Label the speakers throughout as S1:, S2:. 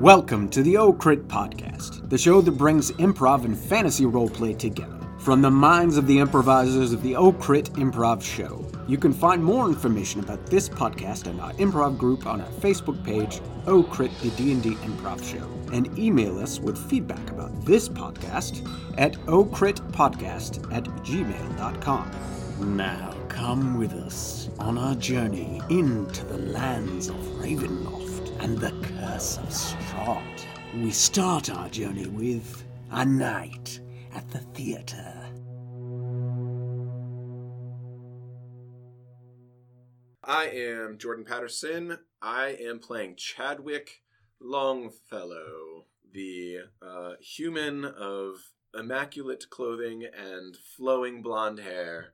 S1: Welcome to the O Crit Podcast, the show that brings improv and fantasy roleplay together from the minds of the improvisers of the O Crit Improv Show. You can find more information about this podcast and our improv group on our Facebook page, O Crit the D&D Improv Show, and email us with feedback about this podcast at ocritpodcast at gmail.com. Now come with us on our journey into the lands of Ravenloft and the curse of Strahd. We start our journey with a night at the theater.
S2: I am Jordan Patterson. I am playing Chadwick Longfellow, the uh, human of immaculate clothing and flowing blonde hair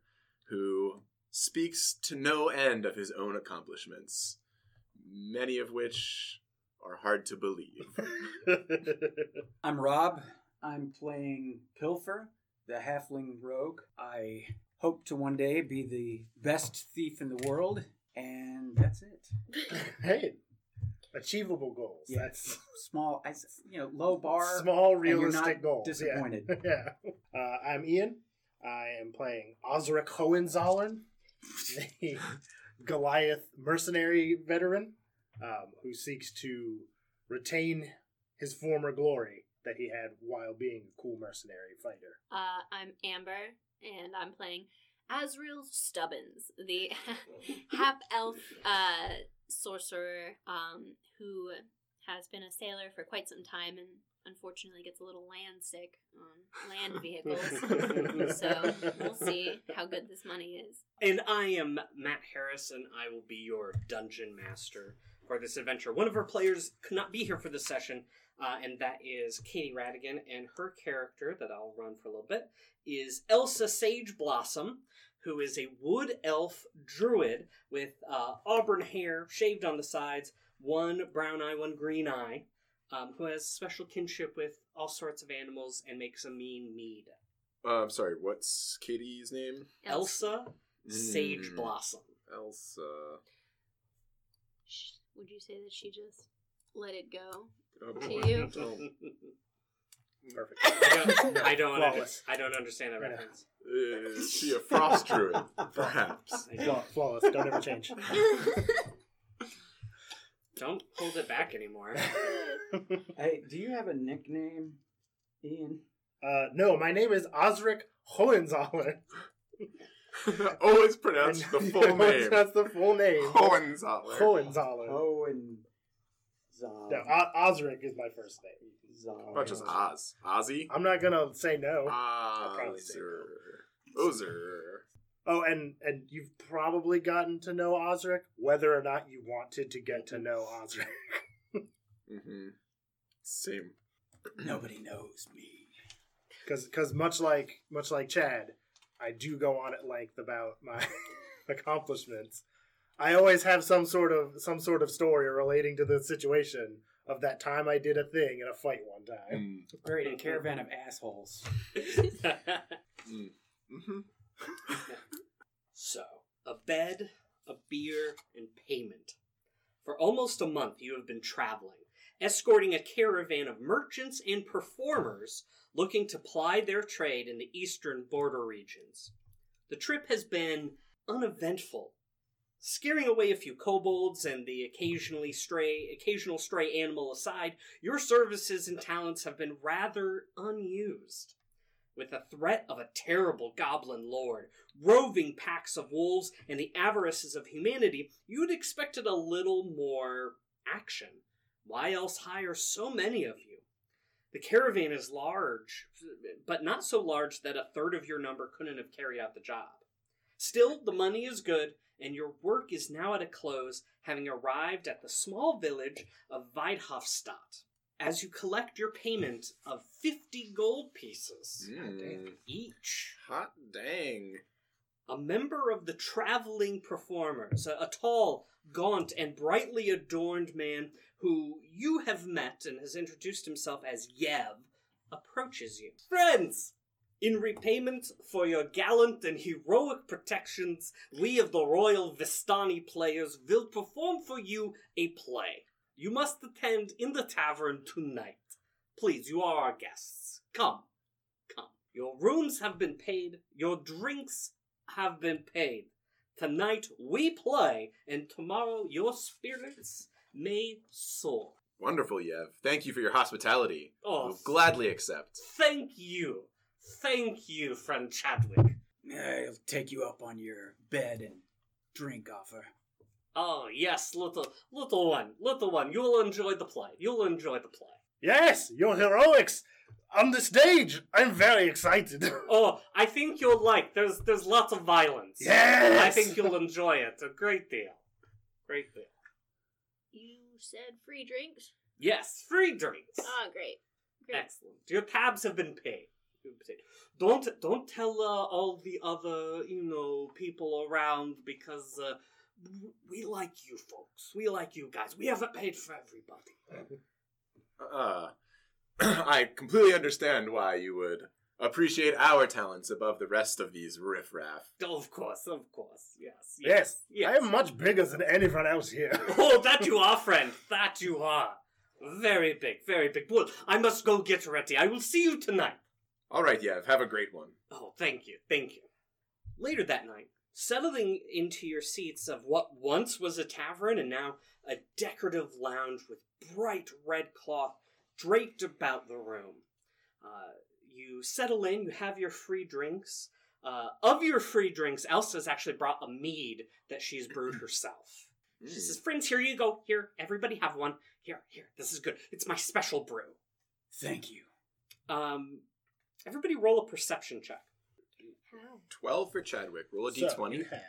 S2: who speaks to no end of his own accomplishments, many of which are hard to believe.
S1: I'm Rob. I'm playing Pilfer, the halfling rogue. I hope to one day be the best thief in the world, and that's it.
S3: hey, achievable goals.
S1: Yeah.
S3: That's
S1: Small, I s you know, low bar.
S3: small,
S1: and you're
S3: realistic
S1: not
S3: goals.
S1: Disappointed.
S3: Yeah. yeah. Uh, I'm Ian. I am playing Osric Hohenzollern, the Goliath mercenary veteran um, who seeks to retain his former glory that he had while being a cool mercenary fighter.
S4: Uh, I'm Amber, and I'm playing Azriel Stubbins, the half elf uh, sorcerer um, who has been a sailor for quite some time and unfortunately gets a little land sick on land vehicles. so we'll see how good this money is.
S5: And I am Matt Harris, and I will be your dungeon master for this adventure. One of our players could not be here for this session, uh, and that is Katie Radigan, and her character that I'll run for a little bit is Elsa Sage Blossom, who is a wood elf druid with uh, auburn hair shaved on the sides, one brown eye, one green eye, um, who has special kinship with all sorts of animals and makes a mean mead.
S2: Uh, I'm sorry, what's Katie's name?
S5: Elsa Sage
S2: Mm,
S5: Blossom.
S2: Elsa.
S4: Sh- Would you say that she just let it go?
S2: Oh,
S4: To
S2: boy.
S4: you.
S5: Oh.
S3: Perfect.
S5: I don't, I don't, under,
S3: Flawless.
S5: I don't understand that
S3: Yeah.
S5: reference.
S2: Uh, Is she a frost druid? Perhaps.
S5: I
S3: Flaw-
S5: don't,
S3: Flawless. Don't ever change.
S5: don't hold it back anymore.
S1: Hey, do you have a nickname, Ian?
S3: Uh, no, my name is Osric Hohenzollern.
S2: Always pronounce the full name.
S3: That's the full name.
S2: Hohenzollern.
S3: Hohenzollern.
S1: Oh, and Zom.
S3: No, O- Osric is my first name.
S1: Zom.
S2: Not just
S3: Oh.
S2: Oz. Ozzy?
S3: I'm not gonna say no. Oh, probably say
S2: Ozer. Ozer.
S3: Oh, and and you've probably gotten to know Osric, whether or not you wanted to get to know Osric.
S2: Mm-hmm. Same.
S1: Nobody knows me.
S3: Because much like much like Chad, I do go on at length about my accomplishments. I always have some sort of some sort of story relating to the situation of that time I did a thing in a fight one time.
S1: Buried in a caravan of assholes.
S2: Mm-hmm.
S5: so, a bed, a beer, and payment. For almost a month, you have been traveling, escorting a caravan of merchants and performers looking to ply their trade in the eastern border regions. The trip has been uneventful, scaring away a few kobolds and the occasionally stray occasional stray animal aside. Your services and talents have been rather unused. With the threat of a terrible goblin lord, roving packs of wolves, and the avarices of humanity, you would expected a little more action. Why else hire so many of you? The caravan is large, but not so large that a third of your number couldn't have carried out the job. Still, the money is good, and your work is now at a close, having arrived at the small village of Weidhofstadt. As you collect your payment of 50 gold pieces
S2: Mm.
S5: each.
S2: Hot dang.
S5: a member of the traveling performers, a, a tall, gaunt, and brightly adorned man who you have met and has introduced himself as Yev, approaches you. Friends! In repayment for your gallant and heroic protections, we of the Royal Vistani players will perform for you a play. You must attend in the tavern tonight. Please, you are our guests. Come. Come. Your rooms have been paid, your drinks have been paid. Tonight we play, and tomorrow your spirits may soar.
S2: Wonderful, Yev. Thank you for your hospitality.
S5: Oh,
S2: We'll gladly accept.
S5: thank you. Thank you, friend Chadwick.
S1: I'll take you up on your bed and drink offer.
S5: Oh, yes, little, little one, little one. You'll enjoy the play. You'll enjoy the play.
S3: Yes, your heroics on the stage. I'm very excited.
S5: Oh, I think you'll like. There's there's lots of violence.
S3: yes,
S5: I think you'll enjoy it a great deal. Great deal.
S4: You said free drinks?
S5: Yes, free drinks.
S4: Oh, great. Great.
S5: Excellent. Your tabs have been paid. You've been paid. Don't don't tell uh, all the other you know people around because uh, w- we like you folks. We like you guys. We haven't paid for everybody.
S2: Uh, I completely understand why you would appreciate our talents above the rest of these riffraff.
S5: of course, of course. Yes.
S3: Yes,
S5: Yes.
S3: I am much bigger than anyone else here.
S5: Oh, that you are, friend. That you are. Very big, very big. Well, I must go get ready. I will see you tonight.
S2: All right, Yev, have a great one.
S5: Oh, thank you, thank you. Later that night, settling into your seats of what once was a tavern and now a decorative lounge with bright red cloth draped about the room. Uh, you settle in, you have your free drinks. Uh, of your free drinks, Elsa's actually brought a mead that she's brewed herself. She says, Friends, here you go. Here, everybody have one. Here, here, this is good. It's my special brew.
S1: Thank you.
S5: Um, everybody roll a perception check.
S4: How?
S2: 12 Hmm, for Chadwick.
S5: Oh,
S2: Roll a
S3: So,
S2: d20.
S3: you have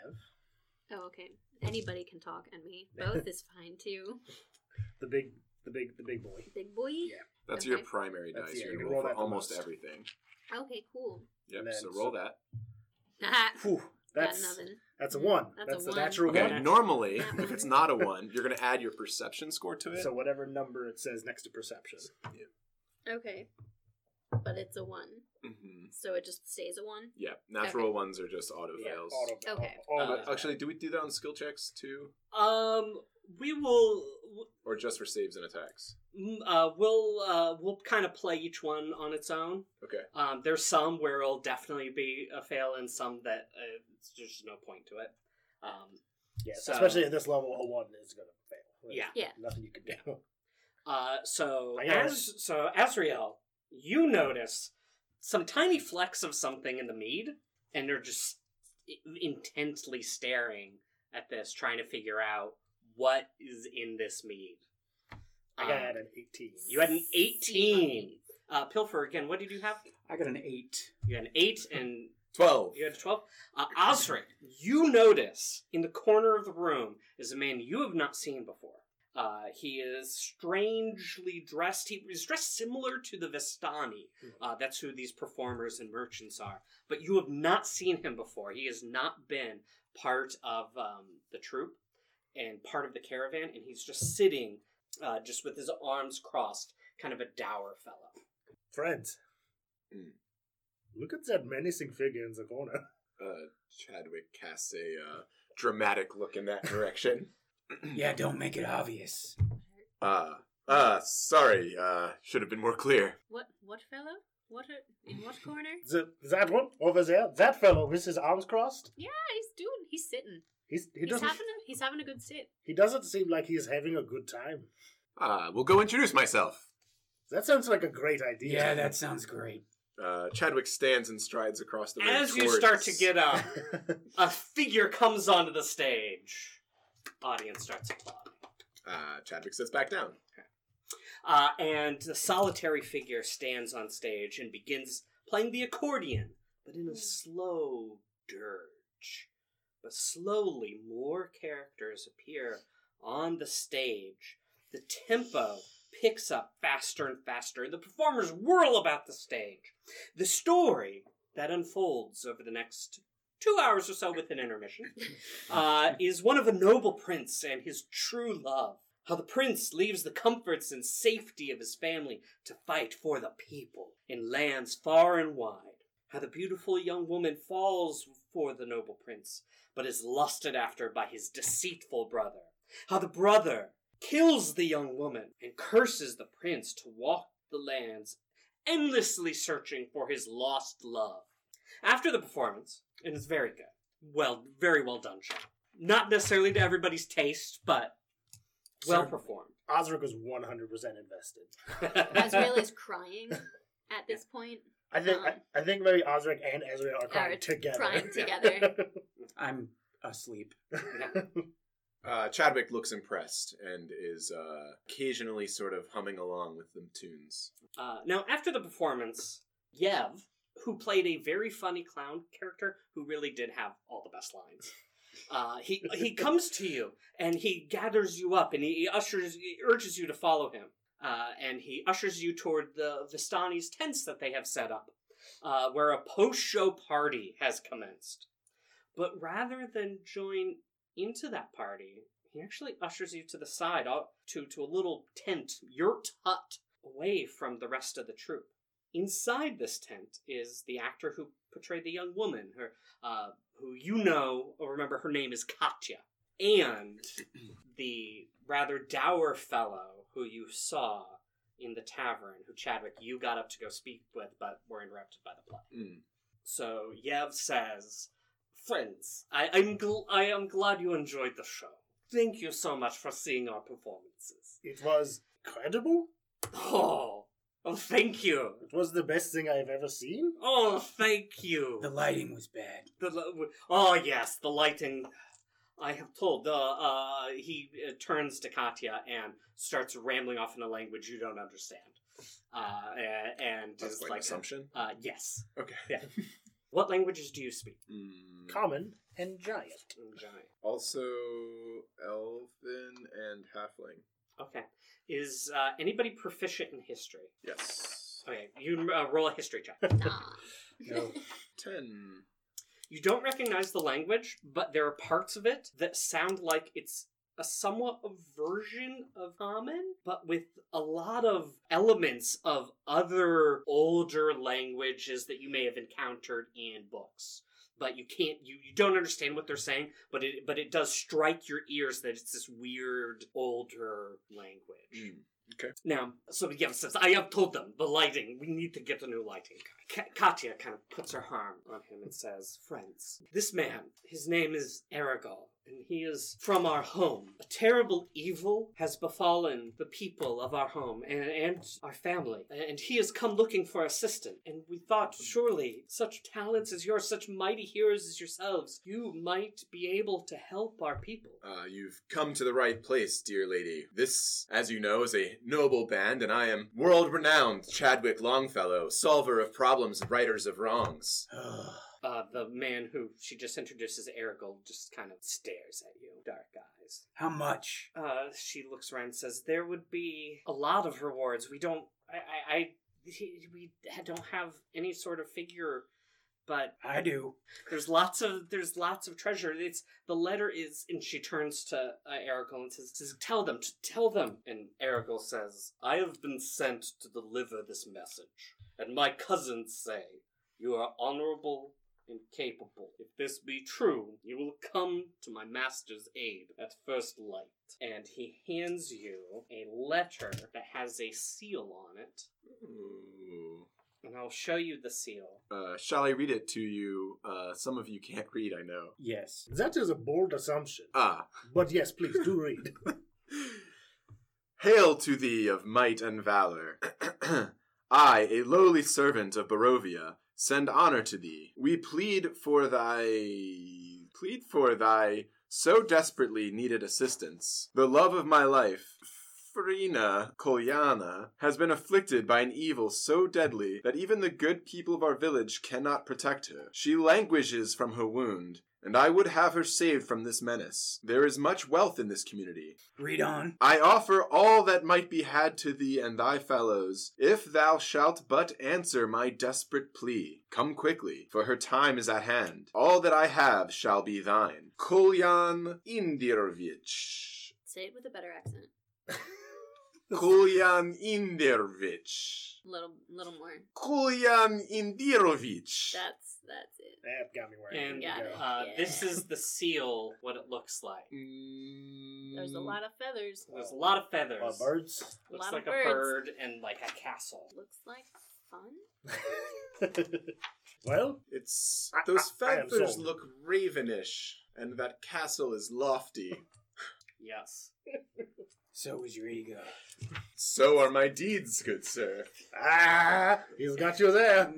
S4: Oh, okay. Anybody can talk, and me. Both is fine too.
S3: the big, the big, the big boy.
S4: Big boy.
S3: Yeah.
S2: That's your
S4: Okay.
S2: primary
S3: That's-
S2: dice.
S3: yeah,
S2: You're going to roll for
S3: that the
S2: almost
S3: most.
S2: everything.
S4: Okay, cool.
S2: Yep,
S3: And then-
S2: so roll that.
S3: Whew,
S4: That's
S3: that's
S4: nothing.
S3: that's a one.
S4: That's
S3: That's,
S4: a
S3: the
S4: one.
S3: natural
S2: Okay,
S3: one.
S2: normally, if it's not a 1, you're going to add your perception score to it.
S3: So whatever number it says next to perception.
S4: Okay. But it's a one,
S2: Mhm.
S4: so it just stays a one.
S2: Yeah, natural ones are just auto fails.
S3: Auto-
S4: Okay.
S3: auto-
S2: Uh, actually, do we do that on skill checks too?
S5: Um, we will
S2: Or just for saves and attacks?
S5: mm, uh we'll uh we'll kind of play each one on its own.
S2: Okay.
S5: Um, there's some where it'll definitely be a fail, and some that uh, it's- there's just no point to it. Um,
S3: yeah,
S5: so-
S3: especially at this level, a one is gonna fail. There's
S5: Yeah.
S4: Yeah.
S3: nothing you can do.
S5: uh, so
S3: I got
S5: as so Azrael, you notice some tiny flecks of something in the mead, and they're just i- intensely staring at this, trying to figure out what is in this mead.
S3: I got
S5: Um,
S3: an eighteen.
S5: You had an 18. Uh, Pilfer, again, what did you have?
S1: I got an eight.
S5: You had an 8 and
S2: 12.
S5: you had a 12. Uh, Osric, you notice in the corner of the room is a man you have not seen before. Uh, he is strangely dressed. He is dressed similar to the Vistani. Uh, that's who these performers and merchants are. But you have not seen him before. He has not been part of um, the troupe and part of the caravan, and he's just sitting, uh, just with his arms crossed, kind of a dour fellow.
S3: friends.
S5: Hmm.
S2: Mm.
S3: Look at that menacing figure in the corner.
S2: Uh, Chadwick casts a uh, dramatic look in that direction.
S1: Yeah, don't make it obvious.
S2: Uh, uh, sorry, uh, should have been more clear.
S4: What? What fellow? What? Are, in what corner?
S3: The, that one over there, that fellow with his arms crossed.
S4: Yeah, he's doing. He's sitting.
S3: He's, he
S4: He's
S3: doesn't.
S4: having. A, he's having a good sit.
S3: He doesn't seem like he's having a good time.
S2: Uh, we'll go introduce myself.
S3: That sounds like a great idea.
S1: Yeah, that sounds great.
S2: Uh, Chadwick stands and strides across the room.
S5: As you
S2: towards-
S5: start to get up, a figure comes onto the stage. Audience starts applauding.
S2: Uh, Chadwick sits back down.
S5: Uh, and the solitary figure stands on stage and begins playing the accordion, but in a slow dirge. But slowly, more characters appear on the stage. The tempo picks up faster and faster, and the performers whirl about the stage. The story that unfolds over the next two hours or so with an intermission uh, is one of a noble prince and his true love. How the prince leaves the comforts and safety of his family to fight for the people in lands far and wide. How the beautiful young woman falls for the noble prince, but is lusted after by his deceitful brother. How the brother kills the young woman, and curses the prince to walk the lands, endlessly searching for his lost love. After the performance, it is very good. Well, very well done, Sean. Not necessarily to everybody's taste, but well
S3: Certainly.
S5: performed.
S3: Osric was 100% invested.
S4: Azrael is crying at this point.
S3: I think
S4: Um,
S3: I, I think maybe Osric and Ezreal are crying
S4: are
S3: together.
S4: crying together.
S1: I'm asleep.
S2: Uh, Chadwick looks impressed and is uh, occasionally sort of humming along with them tunes.
S5: Uh, now, after the performance, Yev, who played a very funny clown character who really did have all the best lines, uh, he he comes to you and he gathers you up and he, he ushers he urges you to follow him. Uh, and he ushers you toward the Vistani's tents that they have set up, uh, where a post-show party has commenced. But rather than join into that party, he actually ushers you to the side, out to to a little tent, yurt hut, away from the rest of the troop. Inside this tent is the actor who portrayed the young woman, her uh, who you know or remember her name is Katya, and the rather dour fellow who you saw in the tavern, who Chadwick you got up to go speak with, but were interrupted by the play.
S2: Mm.
S5: So Yev says, "Friends, I, I'm gl- I am glad you enjoyed the show. Thank you so much for seeing our performances.
S3: it was credible.
S5: Oh, oh, thank you.
S3: It was the best thing I've ever seen.
S5: Oh, thank you.
S1: The lighting was bad.
S5: The li- w- oh yes, the lighting. I have told. The uh, he uh, turns to Katya and starts rambling off in a language you don't understand. Uh, a- and
S2: That's
S5: is
S2: like,
S5: like,
S2: assumption.
S5: uh, yes.
S2: Okay.
S5: Yeah. What languages do you speak?
S2: Mm.
S3: Common and giant.
S5: Giant.
S2: Also, elfin and halfling.
S5: Okay. Is uh, anybody proficient in history?
S2: Yes.
S5: Okay, you uh, roll a history check.
S4: Nah.
S3: No.
S2: Ten.
S5: You don't recognize the language, but there are parts of it that sound like it's a somewhat a version of common, but with a lot of elements of other older languages that you may have encountered in books. But you can't you, you don't understand what they're saying, but it but it does strike your ears that it's this weird older language.
S2: Mm.
S5: Now, so yeah, says, I have told them the lighting. We need to get a new lighting. Ka- Katya kind of puts her arm on him and says, "Friends, this man, his name is Aragol, and he is from our home. A terrible evil has befallen the people of our home and, and our family, and he has come looking for assistance. And we thought, surely, such talents as yours, such mighty heroes as yourselves, you might be able to help our people."
S2: Uh, you've come to the right place, dear lady. This, as you know, is a noble band, and I am world renowned Chadwick Longfellow, solver of problems and writers of wrongs.
S5: Uh, the man who she just introduces, Aragorn, just kind of stares at you, dark eyes.
S1: How much?
S5: Uh, she looks around and says, "There would be a lot of rewards. We don't. I. I. I he- we don't have any sort of figure, but
S1: I do.
S5: there's lots of there's lots of treasure. It's the letter is, and she turns to uh, Aragorn and says, says, "Tell them to tell them." And Aragorn says, "I have been sent to deliver this message, and my cousins say you are honorable." And capable. If this be true, you will come to my master's aid at first light. And he hands you a letter that has a seal on it.
S2: Ooh.
S5: And I'll show you the seal.
S2: Uh, shall I read it to you? Uh, some of you can't read, I know.
S1: Yes.
S3: That is a bold assumption.
S2: Ah,
S3: But yes, please do read.
S2: Hail to thee of might and valor. I, a lowly servant of Barovia, send honor to thee. We plead for thy plead for thy so desperately needed assistance. The love of my life, Frina Kolyana, has been afflicted by an evil so deadly that even the good people of our village cannot protect her. She languishes from her wound, and I would have her saved from this menace. There is much wealth in this community.
S1: Read on.
S2: I offer all that might be had to thee and thy fellows, if thou shalt but answer my desperate plea. Come quickly, for her time is at hand. All that I have shall be thine. Kolyan Indirovich.
S4: Say it with a better accent.
S2: Kulyan Inderovich.
S4: little, little more.
S2: Kulyan Indirovich.
S4: That's that's it.
S3: That got me where I
S5: And
S3: needed to go.
S5: uh,
S4: Yeah.
S5: this is the seal, what it looks like.
S4: There's a lot of feathers.
S5: There's a lot of feathers.
S3: Well, birds.
S5: Looks
S4: lot of
S5: like a
S4: birds.
S5: bird and like a castle.
S4: Looks like fun.
S3: well,
S2: It's
S3: I-
S2: those
S3: I- I am
S2: feathers
S3: sold.
S2: look ravenish, and that castle is lofty.
S5: Yes.
S1: So is your ego.
S2: so are my deeds, good sir.
S3: ah, he's got you there.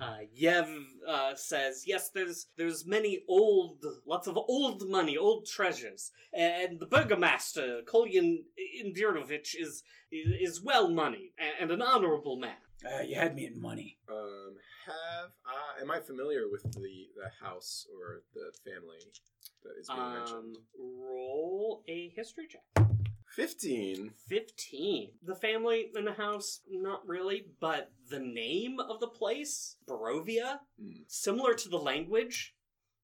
S5: Uh, Yev uh, says, "Yes, there's there's many old, lots of old money, old treasures, and the burgomaster Kolyan Indirovich is is well moneyed and, an honorable man.
S1: Uh, you had me in money.
S2: Um, have I? Am I familiar with the the house or the family that is being
S5: Um,
S2: mentioned?
S5: roll a history check.
S2: Fifteen.
S5: Fifteen. The family in the house, not really, but the name of the place, Barovia,
S2: Hmm.
S5: similar to the language,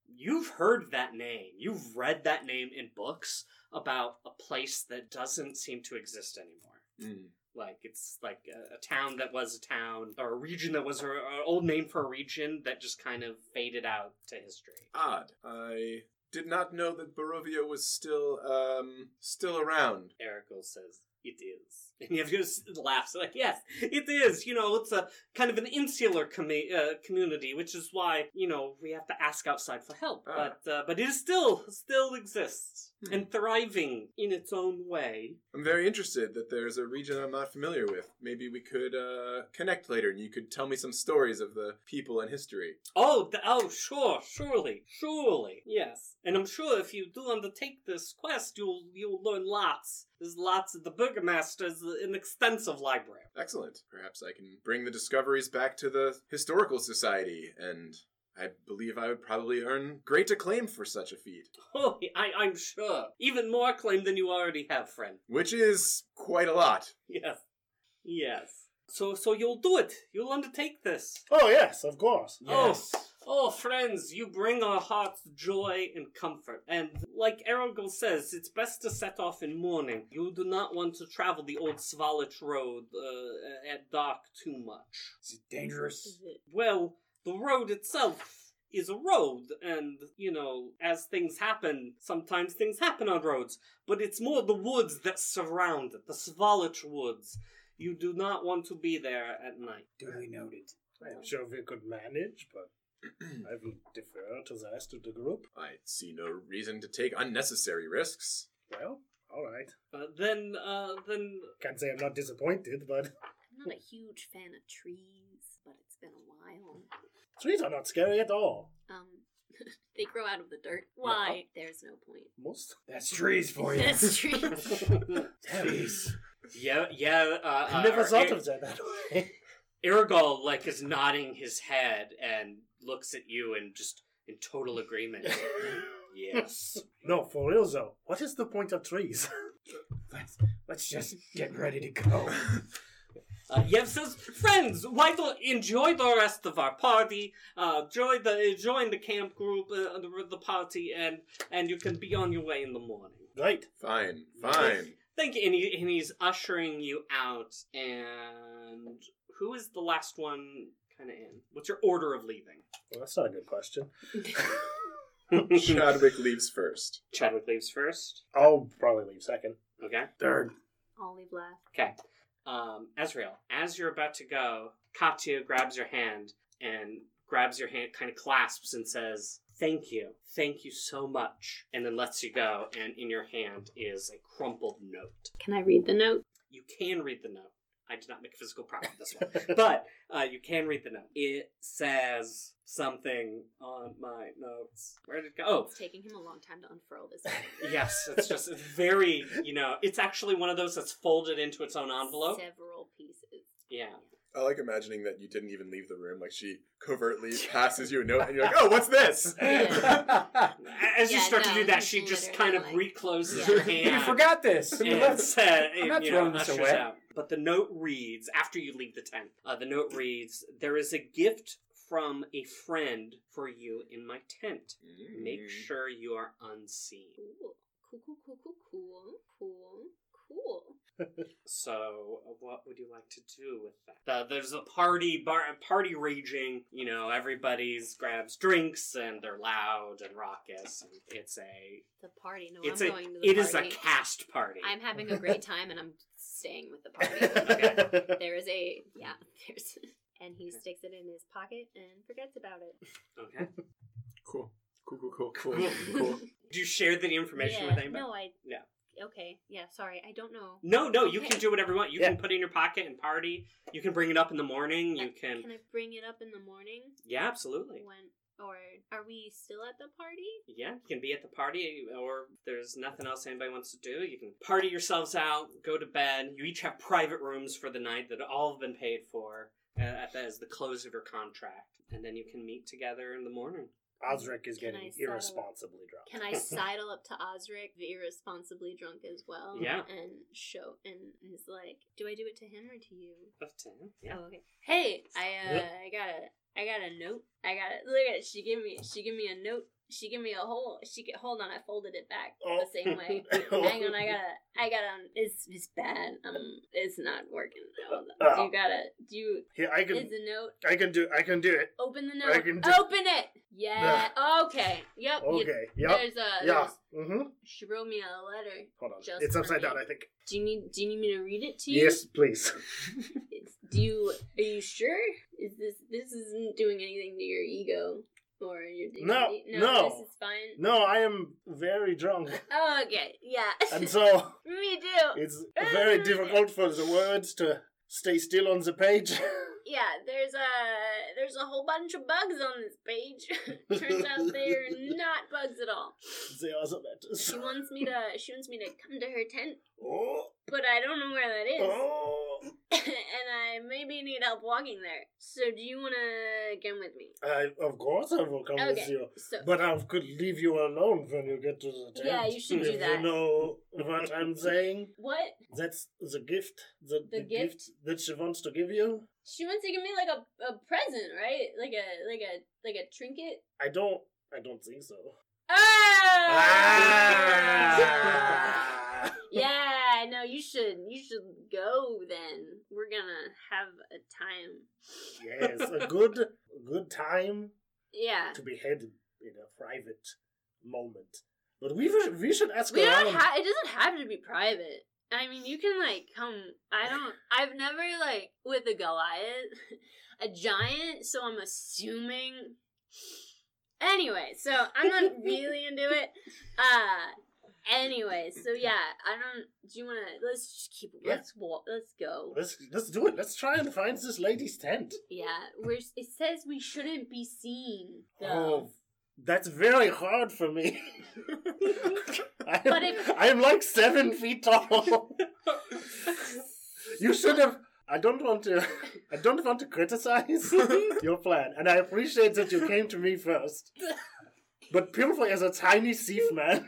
S5: you've heard that name. You've read that name in books about a place that doesn't seem to exist anymore.
S2: Mm.
S5: Like it's like a, a town that was a town, or a region that was an old name for a region that just kind of faded out to history.
S2: Odd. I did not know that Barovia was still um still around.
S5: Erical says it is, and Yev just laughs like, "Yes, it is." You know, it's a kind of an insular commu- uh, community, which is why you know we have to ask outside for help.
S2: Ah.
S5: But uh, but it is still still exists
S2: Hmm.
S5: and thriving in its own way.
S2: I'm very interested that there's a region I'm not familiar with. Maybe we could uh, connect later, and you could tell me some stories of the people and history.
S5: Oh, th- oh, sure, surely, surely, yes. And I'm sure if you do undertake this quest, you'll you'll learn lots. There's lots. The Burgomaster is an extensive library.
S2: Excellent. Perhaps I can bring the discoveries back to the historical society, and I believe I would probably earn great acclaim for such a feat,
S5: Oh, I, I'm sure. Even more acclaim than you already have, friend.
S2: which is quite a lot.
S5: Yes. Yes. So so you'll do it. You'll undertake this.
S3: Oh yes, of course.
S5: Oh, oh, friends, you bring our hearts joy and comfort. And like Aragorn says, it's best to set off in morning. You do not want to travel the old Svalich road uh, at dark too much.
S1: Is it dangerous?
S5: Well, the road itself is a road, and, you know, as things happen, sometimes things happen on roads, but it's more the woods that surround it, the Svalich woods. You do not want to be there at night.
S1: Duly noted.
S3: I'm sure we could manage, but I will defer to the rest of the group.
S2: I see no reason to take unnecessary risks.
S3: Well, all right.
S5: Uh, then, uh, then,
S3: Can't say I'm not disappointed, but
S4: I'm not a huge fan of trees, but it's been a while.
S3: trees are not scary at all.
S4: Um, they grow out of the dirt.
S5: oh.
S4: Why? There's no point.
S3: Most.
S1: That's trees for you.
S4: That's true.
S1: Jeez.
S5: yeah, yeah, uh,
S3: I never thought of that that way.
S5: Aragol, like, is nodding his head and looks at you and just in total agreement. yes.
S3: no, for real though. What is the point of trees?
S1: Let's, let's just get ready to go.
S5: Uh, Yev says, "Friends, why don't enjoy the rest of our party? Uh, join the join the camp group, uh, the, the party, and and you can be on your way in the morning."
S3: right.
S2: Fine, fine.
S5: Thank you. And, he, and he's ushering you out. And who is the last one? Kind of in. What's your order of leaving?
S3: Well, that's not a good question.
S2: Chadwick leaves first.
S5: Chadwick leaves first.
S3: I'll probably leave second.
S5: Okay.
S1: Third.
S4: Olive laugh.
S5: Okay. Um, Ezreal, as you're about to go, Katya grabs your hand and grabs your hand, kind of clasps and says, Thank you. Thank you so much. And then lets you go. And in your hand is a crumpled note.
S4: Can I read the note?
S5: You can read the note. I did not make a physical copy of this one, but uh, you can read the note. It says something on my notes. Where did it go? Oh,
S4: It's taking him a long time to unfurl this.
S5: yes. It's just it's very, you know, it's actually one of those that's folded into its own envelope.
S4: Several pieces.
S5: Yeah.
S2: I like imagining that you didn't even leave the room. Like she covertly passes you a note, and you're like, "Oh, what's this?"
S1: you
S5: As you
S4: Yeah,
S5: start to
S4: no,
S5: do that,
S4: he's
S5: she just
S4: literally
S5: kind of
S4: like- Yeah.
S5: recloses your hand.
S1: forgot this. You
S5: And
S1: left-
S5: said,
S1: I'm not
S5: you know,
S1: throwing this
S5: ushers
S1: away.
S5: out. But the note reads after you leave the tent. Uh, the note reads: "There is a gift from a friend for you in my tent.
S2: Mm.
S4: Mm.
S5: Make sure you are unseen."
S4: Cool. Cool, cool, cool, cool, cool, cool, Cool.
S5: So, uh, what would you like to do with that? The, there's a party, bar, party raging. You know, everybody's grabs drinks and they're loud and raucous. And it's a,
S4: The party. No,
S5: it's
S4: Oh, I'm
S5: a,
S4: going to the
S5: it
S4: party.
S5: is a cast party.
S4: I'm having a great time and I'm staying with the party.
S3: Okay.
S4: there is a yeah. There's and he sticks it in his pocket and forgets about it.
S5: Okay.
S2: Cool. Cool, cool, cool, cool, cool.
S5: Do you share the information
S4: yeah.
S5: with anybody?
S4: No, I.
S5: Yeah.
S4: Okay. Yeah. Sorry, I don't know.
S5: No, no, you
S4: Okay.
S5: can do whatever you want. You
S3: Yeah.
S5: can put it in your pocket and party. You can bring it up in the morning. You can.
S4: Can I bring it up in the morning
S5: Yeah, absolutely.
S4: when, or are we still at the party?
S5: Yeah, you can be at the party, or if there's nothing else anybody wants to do. You can party yourselves out, go to bed. You each have private rooms for the night that all have been paid for uh, at the, as the close of your contract, and then you can meet together in the morning.
S3: Osric is
S4: Can
S3: getting
S4: I settle-
S3: irresponsibly drunk.
S4: Can I sidle up to Osric, irresponsibly drunk as well?
S5: Yeah.
S4: And show, and he's like, "Do I do it to him or to you?"
S5: Of ten, yeah.
S4: Oh, okay. Hey, I uh, I got a, I got a note. I got it. Look at it. She gave me, she gave me a note. She gave me a whole. She get, hold on. I folded it back
S3: Oh.
S4: the same way. Hang on. I gotta, I gotta. It's it's bad. Um, it's not working. Hold on.
S3: Oh.
S4: You gotta. Do you?
S3: Yeah, I
S4: Is
S3: can.
S4: the note?
S3: I can do. I can do it.
S4: Open the
S3: I
S4: note.
S3: can do-
S4: Open it. Yeah. Okay. Yep. you-
S3: Okay. Yep.
S4: There's a.
S3: Yeah.
S4: there's-
S3: Mm-hmm.
S4: she wrote me a letter.
S3: Hold on.
S4: Just
S3: it's
S4: for
S3: upside
S4: me.
S3: down. I think.
S4: Do you need? Do you need me to read it to you?
S3: Yes, please.
S4: It's, do you are you sure? Is this this isn't doing anything to your ego or your
S3: No,
S4: dignity?
S3: no.
S4: this is fine.
S3: No, I am very drunk,
S4: Oh, okay, yeah.
S3: and so
S4: Me too.
S3: it's very difficult for the words to stay still on the page.
S4: Yeah, there's a there's a whole bunch of bugs on this page. Turns out they're not bugs at all.
S3: they are the letters.
S4: She wants me to she wants me to come to her tent,
S3: Oh,
S4: but I don't know where that is.
S3: oh.
S4: and I maybe need help walking there. So do you wanna come with me?
S3: I, of course, I will come with
S4: Okay.
S3: you.
S4: So
S3: But I could leave you alone when you get to the tent.
S4: Yeah, you should do
S3: if
S4: that.
S3: You know what I'm saying?
S4: what
S3: That's the gift. The,
S4: The gift?
S3: that she wants to give you.
S4: She wants to give me like a, a present, right? Like a like a like a trinket. Oh!
S3: I don't. I don't think so.
S4: Ah!
S3: Ah!
S4: yeah, no, you should you should go then. We're gonna have a time.
S3: yes, a good, good time
S4: Yeah.
S3: to be had in a private moment. But we should, we should ask
S4: We
S3: around.
S4: don't ha- it doesn't have to be private. I mean, you can like come. I don't. I've never like with a Goliath, a giant. So I'm assuming. Anyway, so I'm not really into it. Uh, anyway, so yeah, I don't. Do you want to? Let's just keep.
S3: Yeah.
S4: Let's walk. Let's go.
S3: let's let's do it. Let's try and find this lady's tent.
S4: Yeah, we're. It says we shouldn't be seen.
S3: Oh,
S4: Though.
S3: that's very hard for me. I am,
S4: But if-
S3: I am like seven feet tall. you should have. I don't want to. I don't want to criticize your plan, and I appreciate that you came to me first. But Pilfer is a tiny thief man.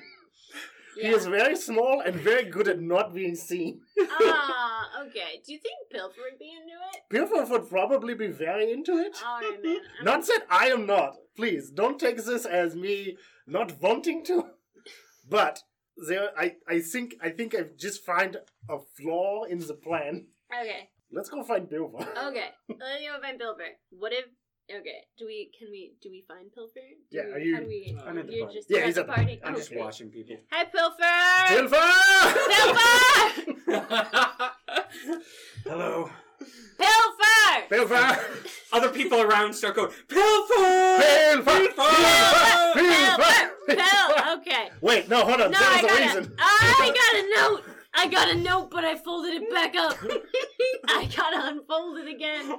S3: He
S4: Yeah.
S3: is very small and very good at not being seen.
S4: Ah, okay. Do you think Pilfer would be into it?
S3: Pilfer would probably be very into it.
S4: All right, man. I'm
S3: Not that I am not. Please don't take this as me not wanting to. But there, I, I think I think I've just find a flaw in the plan.
S4: Okay.
S3: Let's go find Bilbo.
S4: Okay. Let's go find Pilfer. What if? Okay. Do we? Can we? Do we find Pilfer? Do
S3: Yeah,
S4: we,
S3: are you-
S4: How do we,
S6: I'm at the
S4: you're
S6: party.
S4: just
S3: Yeah,
S4: you're at
S3: he's
S4: the
S3: at the-
S4: party.
S6: I'm just
S4: Okay.
S6: watching people.
S4: Hi, Pilfer.
S3: Bilbo!
S4: Pilfer.
S6: Hello.
S4: Pilfer.
S3: Bilbo!
S5: Other people around start going, Pilfer!
S3: Bilbo!
S5: Pilfer!
S4: Pilfer.
S3: Bilbo!
S4: Pil. Okay.
S3: Wait, no, hold on.
S4: No,
S3: there was
S4: I
S3: a
S4: got a,
S3: reason.
S4: I got a note. I got a note, but I folded it back up. I gotta unfold it again,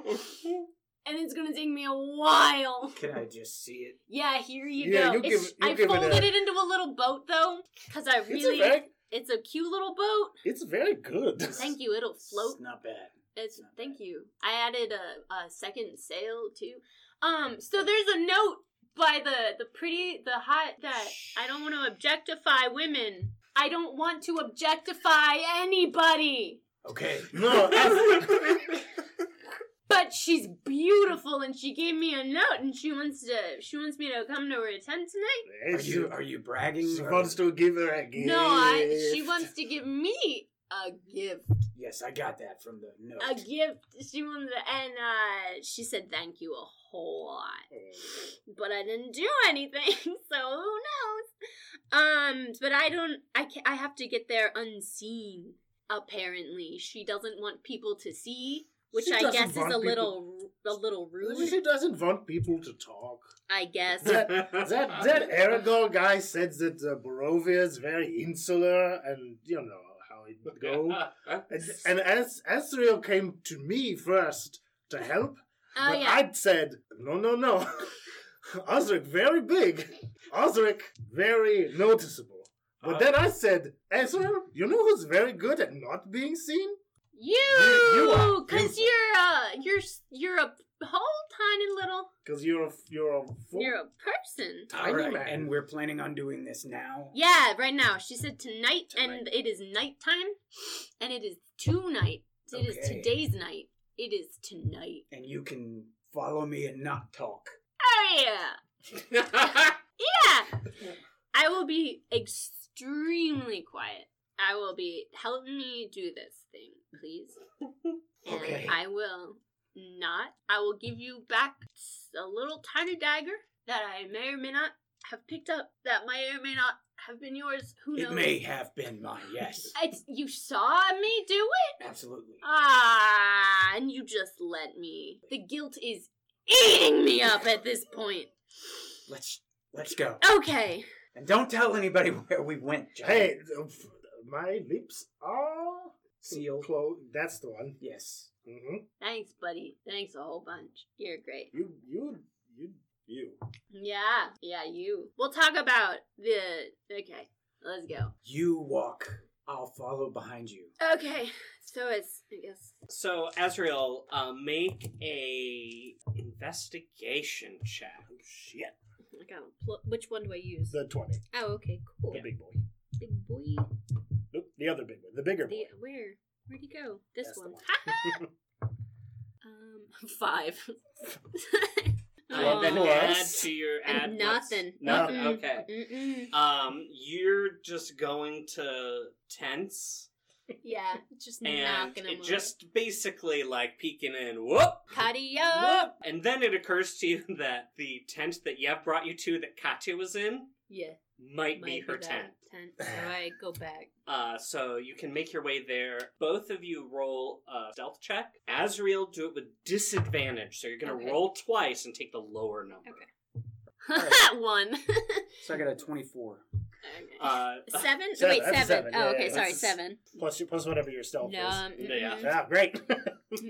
S4: and it's gonna take me a while.
S6: Can I just see it?
S4: Yeah, here you
S3: Yeah,
S4: go.
S3: you
S4: It's-
S3: give- you
S4: I
S3: give it
S4: folded it,
S3: a-
S4: into a little boat though, because I
S3: It's a
S4: really
S3: very,
S4: It's a cute little boat.
S3: it's very good.
S4: Thank you. It'll float.
S1: It's not bad.
S4: It's
S1: not
S4: thank you. I added a, a second sail too. Um. So there's a note by the the pretty the hot that I don't want to objectify women. I don't want to objectify anybody.
S6: Okay.
S3: No, I-
S4: But she's beautiful, and she gave me a note, and she wants to she wants me to come to her tent tonight.
S6: Are you are you bragging?
S3: She
S6: or-
S3: wants to give her a gift.
S4: No, I. She wants to give me a gift.
S1: Yes, I got that from the note.
S4: A gift. She wanted to, and uh, she said thank you a whole lot. But I didn't do anything, so who knows? Um, but I don't, I, ca I have to get there unseen, apparently. She doesn't want people to see. Which
S3: She
S4: I
S3: doesn't
S4: guess is
S3: want
S4: a
S3: people-
S4: little, a little
S3: She
S4: rude.
S3: doesn't want people to talk.
S4: I guess.
S3: That, that, that Aragorn guy said that uh, Barovia is very insular, and you know how it go.
S2: Uh,
S3: And, and as Asriel came to me first to help,
S4: Oh
S3: but
S4: yeah.
S3: I'd said, no, no, no. Osric, very big. Osric, very noticeable. But then I said, Ezra, you know who's very good at not being seen? you
S4: You,
S3: are-
S4: because
S3: you-
S4: you, are a, you're, s- you're a whole tiny little,
S3: Because you're a, you're a fool.
S4: you're a person.
S1: All
S3: Tiny
S1: right,
S3: man.
S1: and we're planning on doing this now.
S4: Yeah, right now. She said tonight, and
S1: Tonight.
S4: it is nighttime, and it is tonight. It is
S1: Okay.
S4: today's night. It is tonight.
S1: And you can follow me and not talk.
S4: Oh yeah, yeah. I will be extremely quiet. I will be help me do this thing, please. And
S1: Okay.
S4: I will not. I will give you back a little tiny dagger that I may or may not have picked up. That may or may not have been yours. Who knows?
S1: It may have been mine, yes.
S4: It's, you saw me do it.
S1: Absolutely.
S4: Uh, Ah, and you just let me. The guilt is eating me up at this point.
S1: Let's let's go.
S4: Okay.
S1: And don't tell anybody where we went, John.
S3: Hey, uh, f- my lips are
S1: Seal.
S3: closed. That's the one.
S1: Yes.
S3: hmm
S4: Thanks, buddy. Thanks a whole bunch. You're great.
S3: You, you, you, you.
S4: Yeah, yeah, you. We'll talk about the. Okay, let's go.
S1: You walk. I'll follow behind you.
S4: Okay, so it's. I guess.
S5: so, Azrael, uh, make a investigation check.
S3: Shit.
S4: I gotta. Pl- which one do I use?
S3: The 20.
S4: oh, okay, cool.
S3: The big boy.
S4: Big boy.
S3: Nope, the other big boy. The bigger
S4: The,
S3: boy.
S4: where? Where'd he go? This
S3: That's the
S4: one.
S3: one.
S4: um, five.
S5: And then
S4: Oh.
S5: add to your
S4: And
S5: add what's-
S4: nothing.
S5: Nothing.
S4: Mm-mm.
S5: Okay.
S4: Mm-mm.
S5: Um, you're just going to tense
S4: Yeah, just
S5: and
S4: not gonna
S5: it
S4: move.
S5: just basically like peeking in. Whoop.
S4: Cardio.
S5: Whoop. And then it occurs to you that the tent that Yev brought you to that Katya was in
S4: Yeah,
S5: might, be
S4: might
S5: her
S4: that
S5: tent.
S4: Tent. So I go back.
S5: Uh, so you can make your way there. Both of you roll a stealth check. Azriel, do it with disadvantage. So you're going to
S4: Okay.
S5: roll twice and take the lower number.
S4: Okay. One.
S1: So I got a twenty-four.
S5: Uh,
S4: seven?
S3: Seven,
S4: Wait,
S3: that's
S4: seven.
S3: seven,
S4: Oh,
S3: yeah,
S4: okay,
S3: yeah,
S4: sorry,
S3: that's-
S4: seven.
S3: Plus, plus whatever your stealth
S4: No.
S3: is.
S4: mm-mm.
S5: Yeah.
S3: Yeah, great.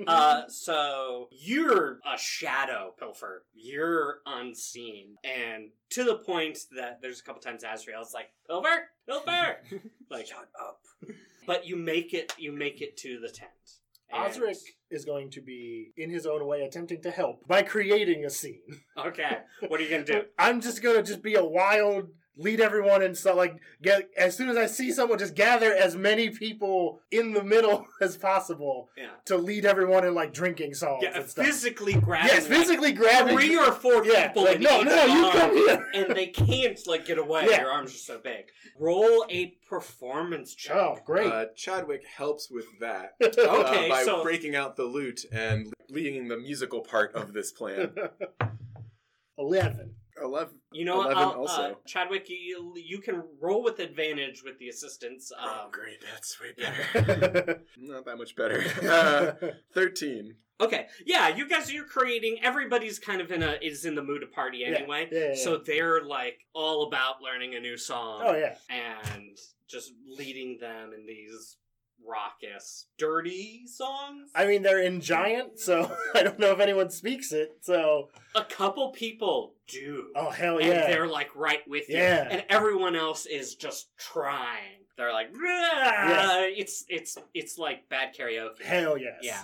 S5: Uh, so you're a shadow pilfer. You're unseen, and to the point that there's a couple times Azrael's like, "Pilfer, pilfer," like,
S1: Shut up.
S5: but you make it. You make it to the tent. And-
S3: Osric is going to be, in his own way, attempting to help by creating a scene.
S5: Okay, what are you gonna do?
S3: I'm just gonna just be a wild, lead everyone and so like get as soon as I see someone, just gather as many people in the middle as possible
S5: Yeah,
S3: to lead everyone in like drinking songs
S5: yeah
S3: and stuff.
S5: physically grabbing.
S3: yes, physically
S5: like,
S3: grabbing.
S5: three or four
S3: yeah,
S5: people.
S3: like
S5: in
S3: no,
S5: each
S3: no, you
S5: arm,
S3: come here.
S5: And they can't like get away.
S3: Yeah.
S5: Your arms are so big. Roll a performance check.
S3: Oh, great.
S2: Uh, Chadwick helps with that uh,
S5: okay,
S2: by
S5: so
S2: breaking out the lute and leading the musical part of this plan.
S3: Eleven.
S2: I love
S5: You know, what,
S2: 11
S5: I'll, uh,
S2: also.
S5: Chadwick, you, you can roll with advantage with the assistance.
S2: Oh,
S5: Um,
S2: great. That's way
S5: yeah.
S2: better. Not that much better. Uh, 13.
S5: okay, yeah, you guys are creating. Everybody's kind of in a is in the mood of party
S3: Yeah,
S5: anyway,
S3: yeah, yeah,
S5: so
S3: yeah.
S5: they're like all about learning a new song
S3: oh yeah.
S5: and just leading them in these raucous, dirty songs.
S3: I mean, they're in giant, so I don't know if anyone speaks it. So,
S5: a couple people do.
S3: oh hell
S5: and
S3: yeah,
S5: they're like right with
S3: Yeah.
S5: you, and everyone else is just trying. They're like, "Rah!" it's it's it's like bad karaoke.
S3: hell yes,
S5: Yeah.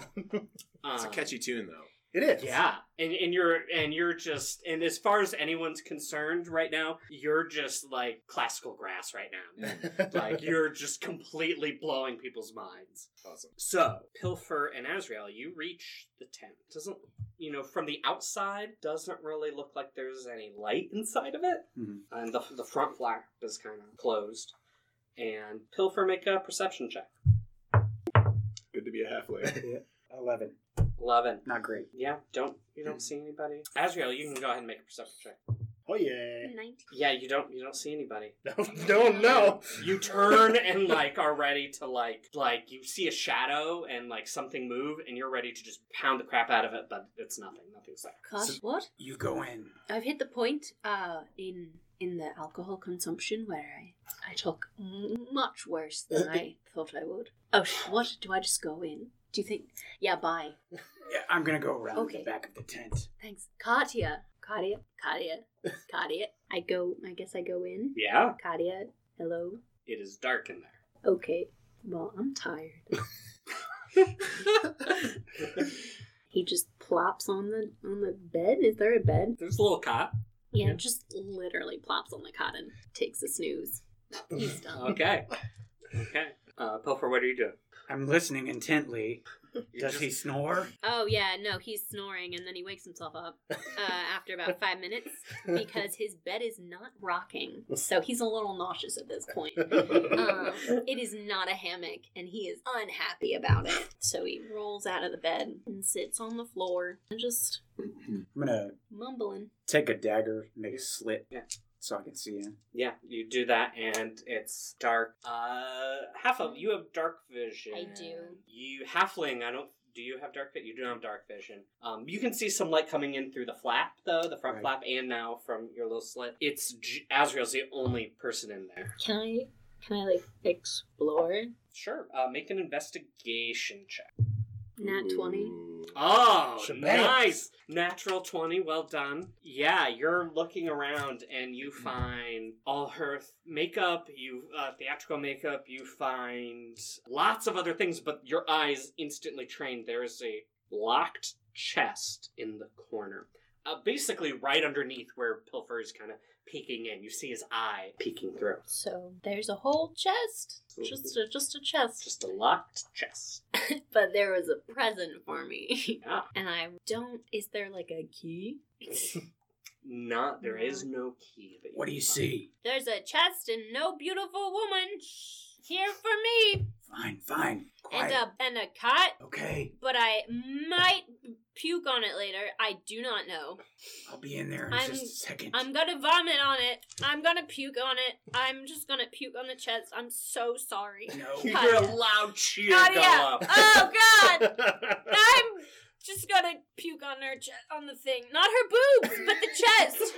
S2: It's a
S5: Um,
S2: catchy tune, though.
S3: it is.
S5: Yeah, and and you're and you're just and as far as anyone's concerned right now, you're just like classical grass right now. like you're just completely blowing people's minds.
S2: Awesome.
S5: So Pilfer and Azrael, you reach the tent. Doesn't you know from the outside doesn't really look like there's any light inside of it,
S6: Mhm.
S5: and the the front flap is kind of closed. And Pilfer, make a perception check.
S2: be a halfling.
S1: Eleven.
S5: Eleven.
S1: Not great.
S5: Yeah, don't you don't see anybody. Azrael, you can go ahead and make a perception check.
S3: Oh yeah.
S4: 19.
S5: Yeah, you don't you don't see anybody.
S3: No, no, no.
S5: You turn and like are ready to like like you see a shadow and like something move and you're ready to just pound the crap out of it, but it's nothing. Nothing's there.
S4: Gosh, what?
S1: You go in.
S4: I've hit the point uh, in in the alcohol consumption where I, I talk m- much worse than I thought I would. Oh, sh- what? Do I just go in? Do you think? Yeah, bye.
S1: Yeah, I'm gonna go around
S4: Okay.
S1: the back of the tent.
S4: Thanks. Katya. Katya. Katya. Katya. I go, I guess I go in.
S5: Yeah.
S4: Katya, hello.
S5: It is dark in there.
S4: Okay. Well, I'm tired. He just plops on the on the bed. Is there a bed?
S5: There's a little cop.
S4: Yeah, just literally plops on the cot and takes a snooze. He's done.
S5: Okay. Okay. Uh Pilfer, what are you doing?
S1: I'm listening intently.
S5: You
S1: Does
S5: just-
S1: he snore?
S4: Oh yeah, no, he's snoring and then he wakes himself up uh, after about five minutes because his bed is not rocking, so he's a little nauseous at this point. Um, it is not a hammock, and he is unhappy about it. So he rolls out of the bed and sits on the floor and just
S1: I'm gonna
S4: mumbling.
S1: take a dagger, make a slit,
S5: Yeah.
S1: so I can see him.
S5: Yeah, you do that, and it's dark. Uh, half of you have dark vision.
S4: I do.
S5: You halfling. I don't. Do you have dark vision? You don't have dark vision. Um, you can see some light coming in through the flap, though the front
S1: Right.
S5: flap, and now from your little slit. It's J- Azrael's the only person in there.
S4: Can I? Can I like explore?
S5: Sure. Uh, make an investigation check.
S4: Nat twenty.
S2: Ooh.
S5: Oh,
S3: Shabam.
S5: nice! Natural 20, well done. Yeah, you're looking around and
S1: Mm-hmm.
S5: you find all her th- makeup, you uh, theatrical makeup, you find lots of other things, but your eyes instantly trained. There is a locked chest in the corner. Uh, basically, right underneath where Pilfer is kind of peeking in. You see his eye peeking through.
S4: So there's a whole chest, just a, just a chest.
S5: Just a locked chest.
S4: but there was a present for me.
S5: Yeah.
S4: And I don't. Is there like a key?
S5: Not, there is no key. that
S1: What do
S5: can
S1: you
S5: find.
S1: see?
S4: There's a chest and no beautiful woman here for me,
S1: Fine, fine,
S4: and
S1: quiet.
S4: a and a cot.
S1: Okay,
S4: But I might puke on it later. I do not know.
S1: I'll be in there in
S4: I'm-
S1: just a 2nd
S4: I'm gonna vomit on it. I'm gonna puke on it. I'm just gonna puke on the chest. I'm so sorry.
S1: no,
S5: You hear a loud cheer go
S4: Nadia!
S5: up.
S4: Oh God! I'm just gonna puke on her chest, on the thing. Not her boobs, but the chest.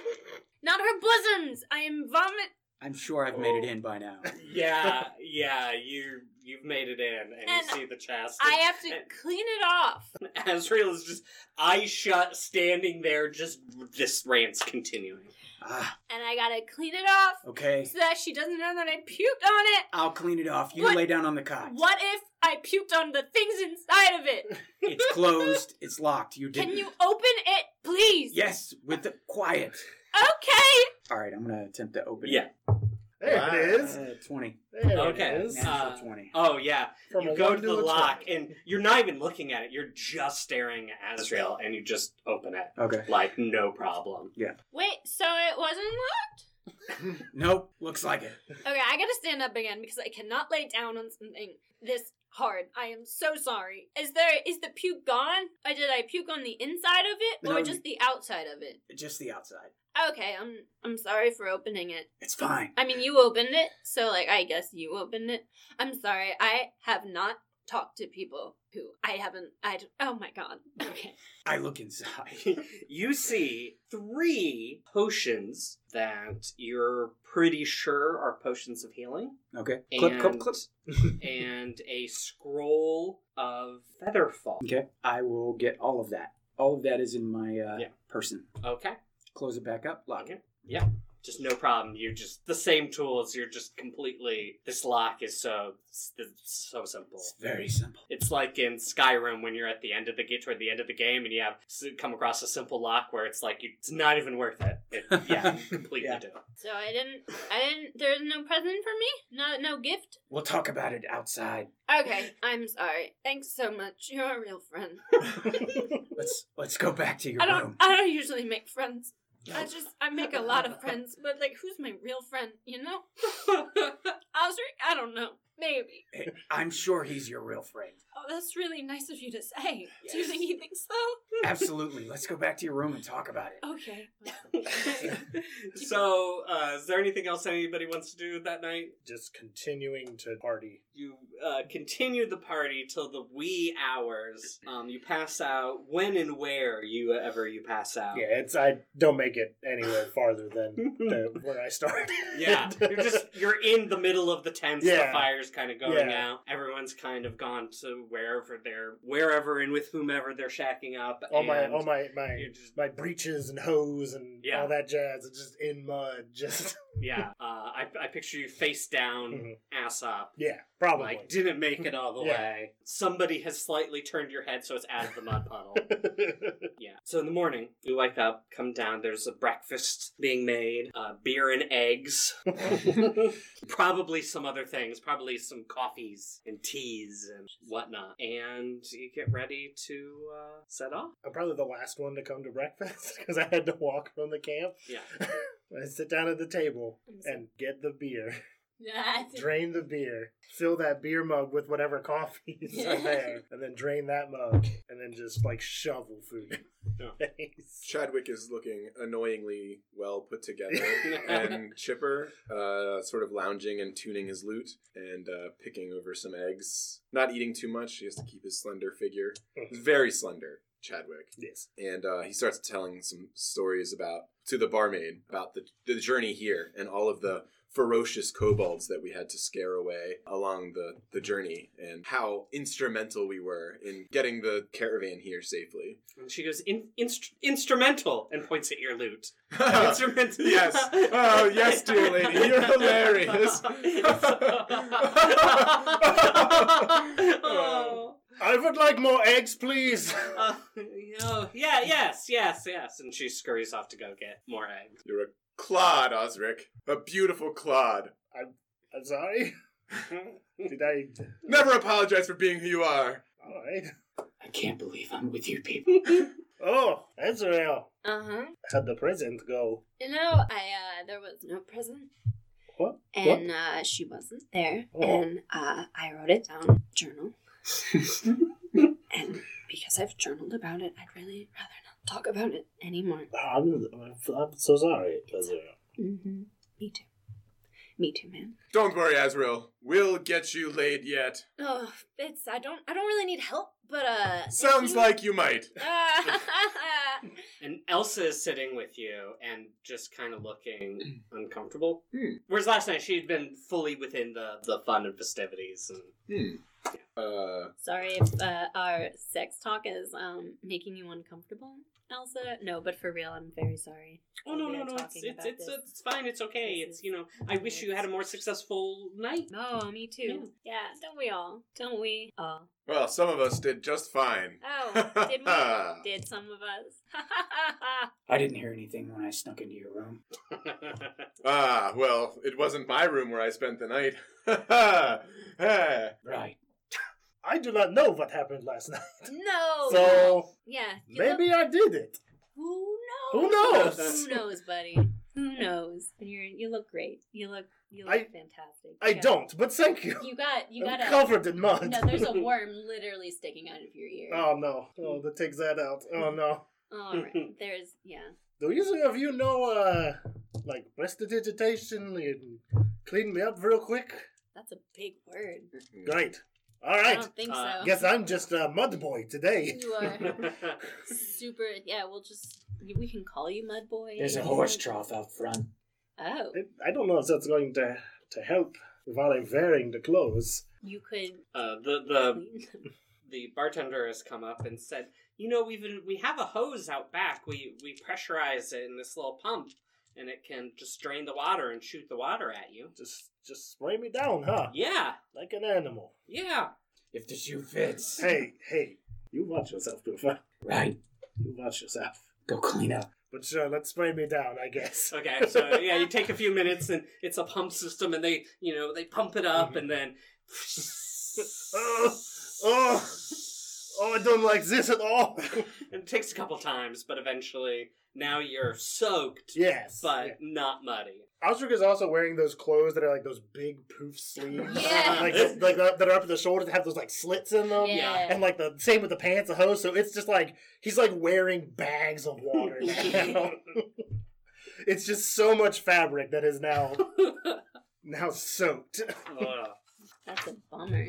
S4: Not her bosoms. I am vomit.
S1: I'm sure I've made it in by now.
S5: yeah, yeah, you you've made it in, and,
S4: And
S5: you see the chest.
S4: I have to clean it off.
S5: Azrael is just eyes shut, standing there, just this rant's continuing.
S1: Ah,
S4: and I gotta clean it off
S1: okay.
S4: so that she doesn't know that I puked on it.
S1: I'll clean it off. You
S4: What?
S1: lay down on the cot.
S4: What if I puked on the things inside of it?
S1: It's closed. It's locked. You didn't.
S4: Can you open it, please?
S1: Yes, with the quiet.
S4: Okay.
S1: All right, I'm gonna attempt to open
S5: Yeah.
S1: it.
S3: there it is.
S1: Uh, Twenty.
S3: There
S5: Okay.
S3: it is.
S1: Natural
S5: Uh,
S1: twenty.
S5: Oh yeah,
S3: From a
S5: you go
S3: one
S5: to the
S3: a
S5: lock,
S3: 20.
S5: and you're not even looking at it. You're just staring at Azrael, and you just open it
S1: Okay.
S5: like no problem.
S4: Wait, so it wasn't locked?
S1: Nope. Looks like it.
S4: Okay, I gotta stand up again because I cannot lay down on something this hard. I am so sorry. Is there is the puke gone? Or did I puke on the inside of it or
S1: No,
S4: just the outside of it?
S1: Just the outside.
S4: Okay, I'm I'm sorry for opening it.
S1: It's fine.
S4: I mean, you opened it, so like I guess you opened it. I'm sorry, I have not talked to people who I haven't. I d- oh my god. Okay.
S1: I look inside.
S5: you see three potions that you're pretty sure are potions of healing.
S1: Okay.
S5: and,
S1: Clip, clip, clip.
S5: and a scroll of featherfall.
S1: Okay. I will get all of that. All of that is in my uh,
S5: Yeah.
S1: person.
S5: Okay.
S1: Close it back up. Lock it.
S5: Okay. Yeah. Just no problem. You're just the same tools. You're just completely. This lock is so it's so simple.
S1: It's very simple.
S5: It's like in Skyrim when you're at the end of the gate toward the end of the game and you have come across a simple lock where it's like you, it's not even worth it. it yeah, you completely
S1: Yeah.
S5: do.
S4: So I didn't. I didn't. There's no present for me. No, no gift.
S1: We'll talk about it outside.
S4: Okay. I'm sorry. Thanks so much. You're a real friend.
S1: Let's let's go back to your
S4: I don't.
S1: room.
S4: I don't usually make friends. I just I make a lot of friends, but like, who's my real friend? You know, Osric. I don't know. Maybe.
S1: I'm sure he's your real friend.
S4: Oh, that's really nice of you to say. Do you think he thinks so?
S1: Absolutely. Let's go back to your room and talk about it.
S4: Okay.
S5: so, uh, is there anything else anybody wants to do that night?
S3: Just continuing to party.
S5: You uh, continue the party till the wee hours. Um, you pass out when and where you ever you pass out.
S3: Yeah, it's I don't make it anywhere farther than the, where I started.
S5: Yeah, you're just you're in the middle of the tents.
S3: Yeah.
S5: The fire's kind of going
S3: Yeah.
S5: out. Everyone's kind of gone to wherever they're wherever and with whomever they're shacking up.
S3: all Oh my
S5: and
S3: all my my
S5: you're just-
S3: my breeches and hose and
S5: Yeah.
S3: all that jazz. It's just in mud. Just
S5: yeah. Uh, I I picture you face down,
S3: Mhm.
S5: ass up.
S3: yeah, probably.
S5: Like didn't make it all the
S3: Yeah.
S5: way. Somebody has slightly turned your head, so it's out of the mud puddle. Yeah. So in the morning, we wake up, come down. There's a breakfast being made, uh, beer and eggs, probably some other things, probably some coffees and teas and whatnot. And you get ready to uh, set off.
S3: I'm probably the last one to come to breakfast because I had to walk from the camp.
S5: Yeah.
S3: I sit down at the table
S4: I'm so-
S3: and get the beer,
S4: Yeah.
S3: drain the beer, fill that beer mug with whatever coffees are there, and then drain that mug, and then just like shovel food. in their face.
S2: Chadwick is looking annoyingly well put together, and Chipper, uh, sort of lounging and tuning his lute and uh, picking over some eggs. Not eating too much, he has to keep his slender figure. He's very slender, Chadwick.
S3: Yes.
S2: And uh, he starts telling some stories about to the barmaid about the the journey here and all of the ferocious kobolds that we had to scare away along the the journey and how instrumental we were in getting the caravan here safely.
S5: And she goes, in- inst- instrumental, and points at your loot. instrumental.
S2: Yes. Oh, yes, dear lady. You're hilarious.
S5: oh.
S3: I would like more eggs, please.
S5: Uh, oh, yeah, yes, yes, yes. And she scurries off to go get more eggs.
S2: You're a clod, Osric. A beautiful clod.
S3: I'm sorry. Did I?
S2: Never apologize for being who you are.
S3: All right.
S5: I can't believe I'm with you people.
S3: Oh, Ezreal,
S4: Uh huh.
S3: how'd the present go?
S4: You know, I uh, there was no present.
S3: What?
S4: And uh, she wasn't there.
S3: Oh.
S4: And uh, I wrote it down, journal. and because I've journaled about it, I'd really rather not talk about it anymore.
S3: Ah, I'm, I'm so sorry, Ezreal.
S4: Mm-hmm. Me too. Me too, man.
S2: Don't worry, Azrael. We'll get you laid yet.
S4: Oh, it's I don't I don't really need help, but uh. thank
S2: Sounds
S4: you.
S2: like you might.
S4: Ah,
S5: and Elsa is sitting with you and just kind of looking uncomfortable.
S2: Hmm.
S5: Whereas last night she'd been fully within the, the fun and festivities. And
S2: Hmm. Uh,
S4: Sorry if uh, our sex talk is um making you uncomfortable, Elsa. No, but for real, I'm very sorry.
S5: oh no
S4: We
S5: no
S4: are
S5: no, it's
S4: talking
S5: it's
S4: about
S5: it's,
S4: this.
S5: it's fine. It's okay.
S4: This
S5: It's
S4: is-
S5: you know. I wish you had a more successful night.
S4: Oh, me too. Yeah. don't we all? Don't we all?
S2: well, some of us did just fine.
S4: Oh, did we? did some of us?
S1: I didn't hear anything when I snuck into your room.
S5: Uh,
S2: Ah, well, it wasn't my room where I spent the night. Eh.
S1: Right.
S3: I do not know what happened last night,
S4: no.
S3: so
S4: Oh, yeah, you look-
S3: maybe I did it.
S4: Who knows?
S3: Who knows?
S4: Who knows, buddy? Who knows? And you're you look great. You look you look
S3: I-
S4: fantastic.
S3: I
S4: Yeah.
S3: don't, but thank you.
S4: You got you got
S3: I'm
S4: a
S3: covered in mud.
S4: no. There's a worm literally sticking out of your ear.
S3: oh no! Oh, that takes that out. Oh no!
S4: All right. There's yeah.
S3: Do either of you know, uh, like prestidigitation and clean me up real quick?
S4: That's a big word.
S5: Mm-hmm.
S3: Great. All
S4: I
S3: right.
S4: don't think
S5: Uh,
S4: so.
S3: Guess I'm just a mud boy today.
S4: you are super. Yeah, we'll just we can call you Mud Boy.
S1: There's a horse trough out front.
S4: Oh,
S3: I- I don't know if that's going to to help while I'm wearing the clothes.
S4: you could.
S5: uh, the the the bartender has come up and said, "You know, we've been, we have a hose out back. We we pressurize it in this little pump, and it can just drain the water and shoot the water at you."
S3: Just just spray me down, huh?
S5: Yeah,
S3: Like an animal.
S5: yeah.
S1: If the shoe fits.
S3: Hey, hey, you watch yourself, Goofa.
S1: Right.
S3: You watch yourself.
S1: Go clean up.
S3: But sure, let's spray me down, I guess.
S5: Okay, so yeah, you take a few minutes, and it's a pump system, and they you know they pump it up, and then
S3: oh, oh, oh, I don't like this at all.
S5: and it takes a couple times, but eventually Now you're soaked,
S3: Yes.
S5: but
S3: yeah.
S5: not muddy.
S3: Osric is also wearing those clothes that are like those big poof sleeves.
S4: Yeah.
S3: like, like that that are up at the shoulder that have those like slits in them.
S5: Yeah.
S3: um, And like the same with the pants, the hose. So it's just like he's like wearing bags of water now. it's just so much fabric that is now now soaked.
S5: Ugh.
S4: That's a bummer.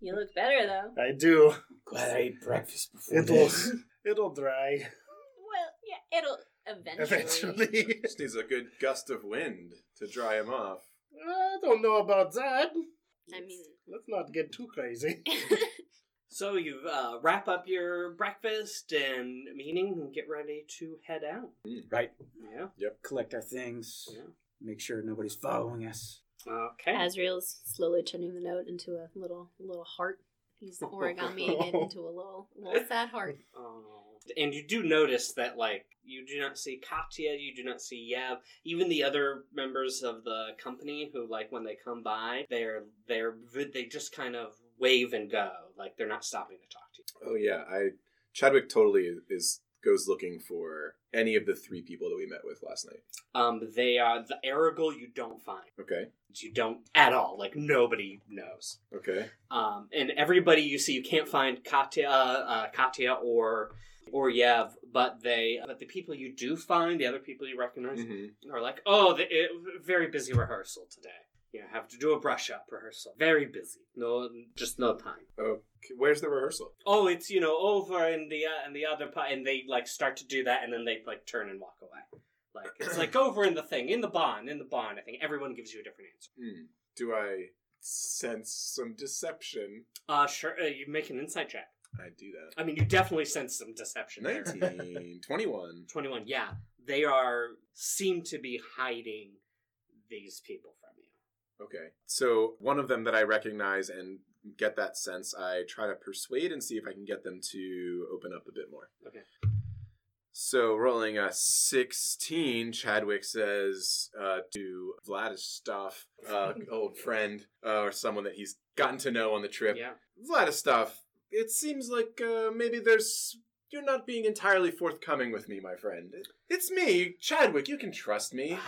S4: You look better though.
S3: I do.
S1: Glad I ate breakfast before
S3: It'll
S1: this.
S3: it'll dry
S4: Well, yeah, it'll eventually.
S3: eventually.
S2: Just needs a good gust of wind to dry him off.
S3: I don't know about that.
S4: I mean,
S3: Let's not get too crazy.
S5: So you uh, wrap up your breakfast and meeting and get ready to head out.
S1: Right.
S5: Yeah.
S1: Collect our things.
S5: yeah.
S1: Make sure nobody's following us.
S5: Okay.
S4: Azriel's slowly turning the note into a little little heart. He's origamiing it into a little little sad heart.
S5: Oh. And you do notice that, like, you do not see Katya, you do not see Yev, even the other members of the company who, like, when they come by, they're they're they just kind of wave and go, like they're not stopping to talk to
S2: Oh yeah, I Chadwick totally is goes looking for any of the three people that we met with last night.
S5: you. Um, they are the Aragal you don't find,
S2: Okay.
S5: you don't at all, like nobody knows.
S2: Okay.
S5: Um, and everybody you see, you can't find Katya, uh, Katya or or Yev, but they, but the people you do find, the other people you recognize,
S2: Mhm.
S5: are like, oh, the, it, very busy rehearsal today. You know, have to do a brush up rehearsal. Very busy. No, just no time.
S2: Okay. Where's the rehearsal?
S5: Oh, it's you know over in the uh, in the other part, and they like start to do that, and then they like turn and walk away. Like it's like over in the thing, in the barn, in the barn. I think everyone gives you a different answer.
S2: Hmm. Do I sense some deception?
S5: Uh, sure. Uh, you make an insight check.
S2: I do that.
S5: I mean, you definitely sense some deception. there.
S2: 19, 21.
S5: 21 yeah they are seem to be hiding these people from you
S2: Okay. So one of them that I recognize and get that sense, I try to persuade and see if I can get them to open up a bit more.
S5: Okay.
S2: So rolling a 16, Chadwick says uh, to Vladistov, uh, old friend uh, or someone that he's gotten to know on the trip,
S5: yeah
S2: Vladistov, it seems like uh, maybe there's. You're not being entirely forthcoming with me, my friend. It's me, Chadwick. You can trust me.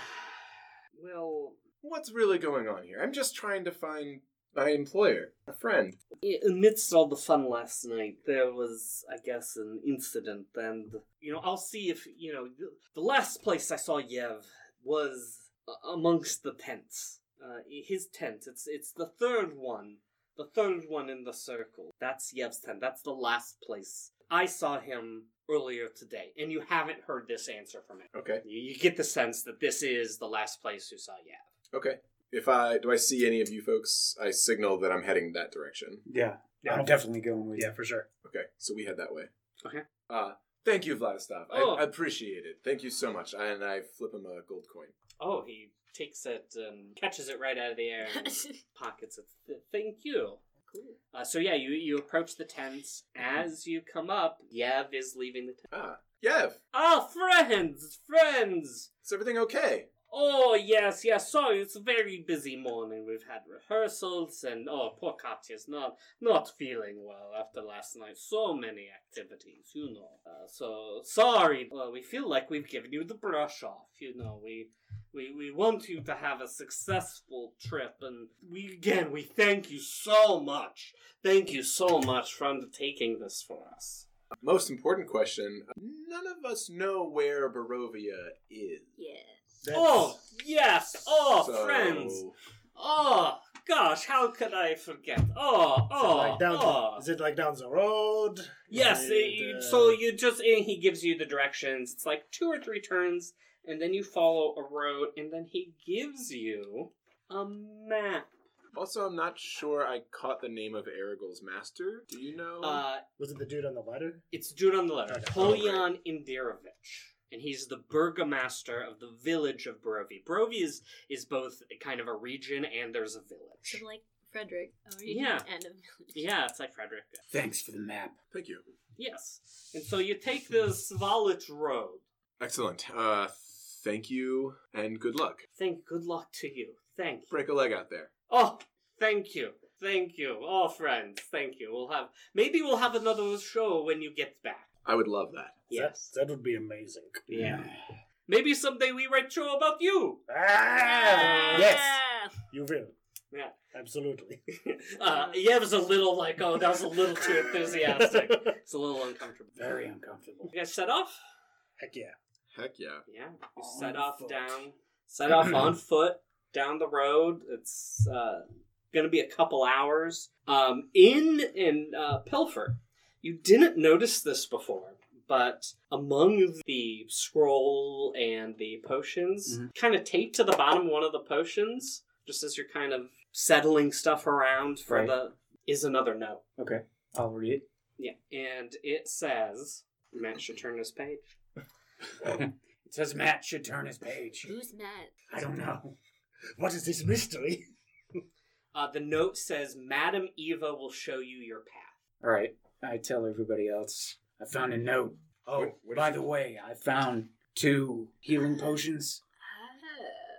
S5: well
S2: What's really going on here? I'm just trying to find my employer, a friend.
S5: i- amidst all the fun last night there was i guess an incident and you know i'll see if you know th- the last place i saw yev was a- amongst the tents uh, i- his tent it's it's the third one the third one in the circle that's yev's tent that's the last place i saw him earlier today and you haven't heard this answer from him
S2: Okay.
S5: You, you get the sense that this is the last place you saw Yav.
S2: Okay. If I do I see any of you folks, I signal that I'm heading that direction.
S1: Yeah.
S3: Yeah.
S1: I'm definitely going with
S3: yeah, for sure.
S2: Okay, so we head that way.
S5: Okay.
S2: Uh thank you, Vladislav.
S5: Oh.
S2: I appreciate it. Thank you so much. I, and I flip him a gold coin.
S5: Oh, he takes it and catches it right out of the air and pockets it. Th- Thank you. Cool. Uh, so yeah, you you approach the tents. As you come up, Yev is leaving the tent.
S2: Ah. Yev,
S5: Oh, friends, friends.
S2: is everything okay?
S5: Oh yes, yes. Sorry, it's a very busy morning. We've had rehearsals, and oh, poor Katya's not not feeling well after last night. So many activities, you know. Uh, so sorry. Well, we feel like we've given you the brush off. You know, we we we want you to have a successful trip, and we again we thank you so much. Thank you so much for undertaking this for us.
S2: Most important question, none of us know where Barovia is.
S4: yeah.
S3: That's-
S5: Oh yes, oh
S2: So-
S5: friends. Oh gosh, how could I forget? Oh,
S3: Is it
S5: oh,
S3: like down
S5: oh.
S3: the, is it like down the road?
S5: yes.
S3: Is
S5: uh,
S3: it,
S5: you-
S3: uh,
S5: so you just and he gives you the directions. It's like two or three turns, and then you follow a road, and then he gives you a map.
S2: Also, I'm not sure I caught the name of Aragol's master. Do you know?
S5: Uh,
S3: was it the dude on the letter?
S5: it's dude on the letter,
S3: Oh. Okay. Oh,
S5: Polyan Indirovich. And he's the burgomaster of the village of Brovie. Brovie is, is both kind of a region and there's a
S4: So
S5: village.
S4: like Frederick. Oh,
S5: Yeah.
S4: And um,
S5: Yeah, it's like Frederick.
S1: Thanks for the map.
S2: Thank you.
S5: Yes. And so you take the Svalit Road.
S2: Excellent. Uh, thank you and good luck.
S5: Thank good luck to you. Thank you.
S2: Break a leg out there.
S5: Oh, thank you. Thank you. Oh, friends, thank you. We'll have maybe we'll have another show when you get back.
S2: I would love that.
S5: Yes.
S3: That, that would be amazing.
S5: Yeah. Maybe someday we write show about you.
S3: Ah!
S4: Yeah.
S3: You will.
S5: Yeah.
S3: Absolutely.
S5: Uh, yeah, it was a little like, oh, that was a little too enthusiastic. It's a little uncomfortable.
S1: Very uncomfortable.
S5: You guys set off?
S3: Heck yeah.
S2: Heck yeah.
S5: Yeah. You
S1: On
S5: set off
S1: foot.
S5: down. Set off on foot down the road. It's uh, going to be a couple hours. Um, in in uh, Pilfer, you didn't notice this before, but among the scroll and the potions, kind of taped to the bottom of one of the potions, just as you're kind of settling stuff around for
S1: Right.
S5: the is another note.
S1: Okay, I'll read it.
S5: Yeah, and it says Matt should turn this page.
S1: It says Matt should turn his page.
S4: Who's Matt?
S1: I don't know.
S3: What is this mystery?
S5: Uh, the note says, "Madam Eva will show you your path."
S1: All right, I tell everybody else. I found a note. Oh,
S2: What- what
S1: by
S2: is
S1: the way, I found two healing potions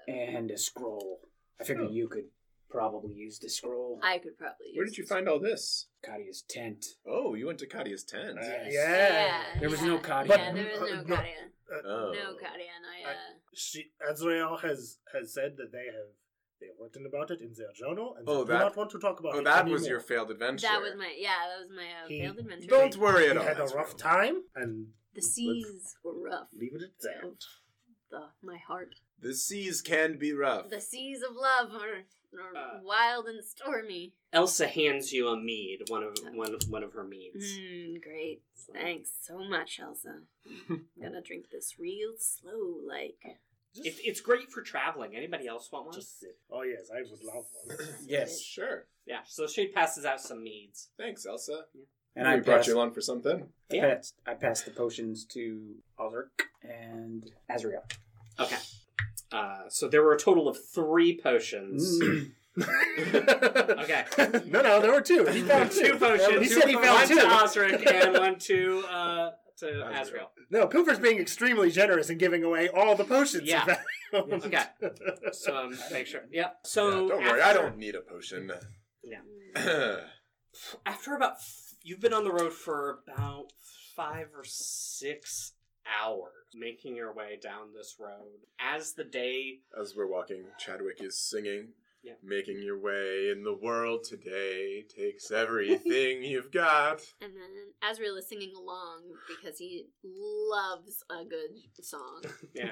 S4: Oh.
S1: and a scroll. I figure
S2: Oh.
S1: you could probably use the scroll.
S4: I could probably.
S2: Where
S4: use
S2: did you
S4: this.
S2: find all this?
S1: Kadia's tent.
S2: Oh, you went to Kadia's
S3: Uh,
S2: tent.
S1: Yes.
S4: Yeah.
S1: There was
S4: yeah,
S1: no Kadia.
S4: Yeah, there was
S3: But-
S4: no
S3: but-
S4: Kadia.
S2: Oh.
S4: No Kadia, and I.
S3: I-
S4: Uh,
S3: uh, She, Azrael has has said that they have they have written about it in their journal and
S2: Oh,
S3: they
S2: that-
S3: do not want to talk about
S2: Oh,
S3: it.
S2: that was
S3: anymore.
S2: your failed adventure.
S4: that was my yeah. That was my uh,
S3: He-
S4: failed adventure.
S2: Don't worry at
S3: He
S2: all.
S3: had a
S2: Ezreal.
S3: rough time and
S4: The seas were rough.
S3: leave it at that.
S4: Of the, my heart.
S2: The seas can be rough.
S4: The seas of love are, are
S5: Uh.
S4: wild and stormy.
S5: Elsa hands you a mead, one of one one of her meads.
S4: Mm, great. Thanks so much, Elsa. I'm gonna drink this real slow, like.
S5: It, it's great for traveling. Anybody else want one?
S3: Just sit. Oh yes, I would love one.
S1: Yes.
S2: Sure.
S5: Yeah. So she passes out some meads.
S2: Thanks, Elsa.
S1: And I
S2: we brought
S1: passed,
S2: you along for something.
S1: I,
S5: Yeah.
S1: passed, I passed the potions to Ozark and Azrael.
S5: Okay. Uh, so there were a total of three potions.
S1: Mm.
S2: Mm.
S5: Okay.
S3: no, no, there were two. He found
S5: two potions.
S3: He said he found
S5: one
S3: two.
S5: to Osric and one to uh, to Azrael.
S3: No, Pilfer's being extremely generous in giving away all the potions.
S5: Yeah.
S3: He found.
S5: Okay. So um, make sure. Yep. So
S2: Yeah, don't worry, I
S5: after-
S2: don't need a potion.
S4: Mm.
S5: after about f- you've been on the road for about five or six hours making your way down this road as the day
S2: As we're walking, Chadwick is singing.
S5: Yeah.
S2: Making your way in the world today takes everything you've got.
S4: And then Azrael is singing along because he loves a good song.
S5: yeah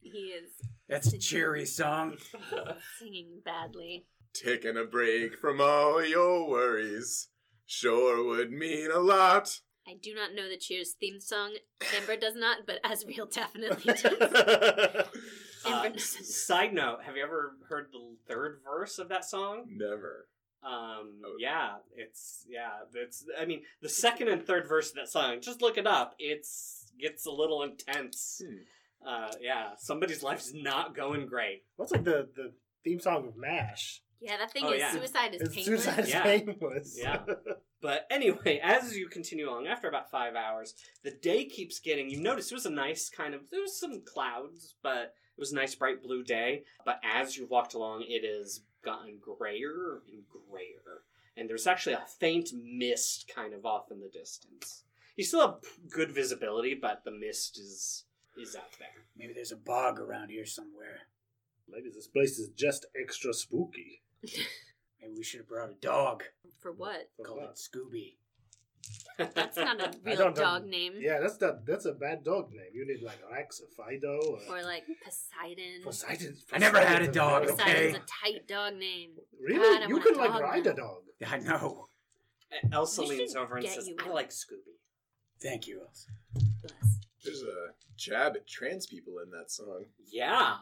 S4: He is
S1: That's a cheery song.
S5: Uh,
S2: Uh.
S4: singing badly.
S2: Taking a break from all your worries sure would mean a lot.
S4: I do not know the Cheers theme song. Amber does not, but Azrael definitely does.
S5: Uh,
S4: Amber does.
S5: side note have you ever heard the third verse of that song
S2: Never.
S5: um
S2: Oh.
S5: yeah it's yeah it's i mean the second and third verse of that song just look it up it's gets a little intense
S2: Hmm.
S5: uh yeah somebody's life's not going great
S3: What's like the the theme song of Nash?
S4: Yeah, that thing
S5: Oh,
S4: is
S5: yeah.
S4: suicide is
S3: It's
S4: painless.
S3: suicide is
S5: Yeah.
S3: painless.
S5: Yeah. But anyway, as you continue along, after about five hours, the day keeps getting. You notice it was a nice kind of. There was some clouds, but it was a nice bright blue day. But as you walked along, it has gotten grayer and grayer, and there's actually a faint mist kind of off in the distance. You still have good visibility, but the mist is is out there.
S1: Maybe there's a bog around here somewhere.
S3: Maybe this place is just extra spooky.
S1: Maybe we should have brought a dog.
S4: For what?
S1: Call it Scooby.
S4: That's not a
S3: I
S4: real
S3: don't-
S4: dog
S3: don't-
S4: name.
S3: Yeah, that's that. That's a bad dog name. You need like Rex or Fido or,
S4: Or like Poseidon.
S3: Poseidon.
S1: I never had a
S3: Poseidon's
S1: dog,
S3: bad
S4: Poseidon's
S1: okay?
S4: a tight dog name. God, I
S3: Really? You
S4: want a
S3: can like
S4: dog
S3: ride
S4: now.
S3: a dog.
S1: I know.
S5: Elsa
S4: We should
S5: leans over and
S4: get
S5: says,
S4: you
S5: "I
S4: one."
S5: like Scooby."
S1: Thank you, Elsa.
S4: Bless.
S2: There's a jab at trans people in that song.
S5: Yeah,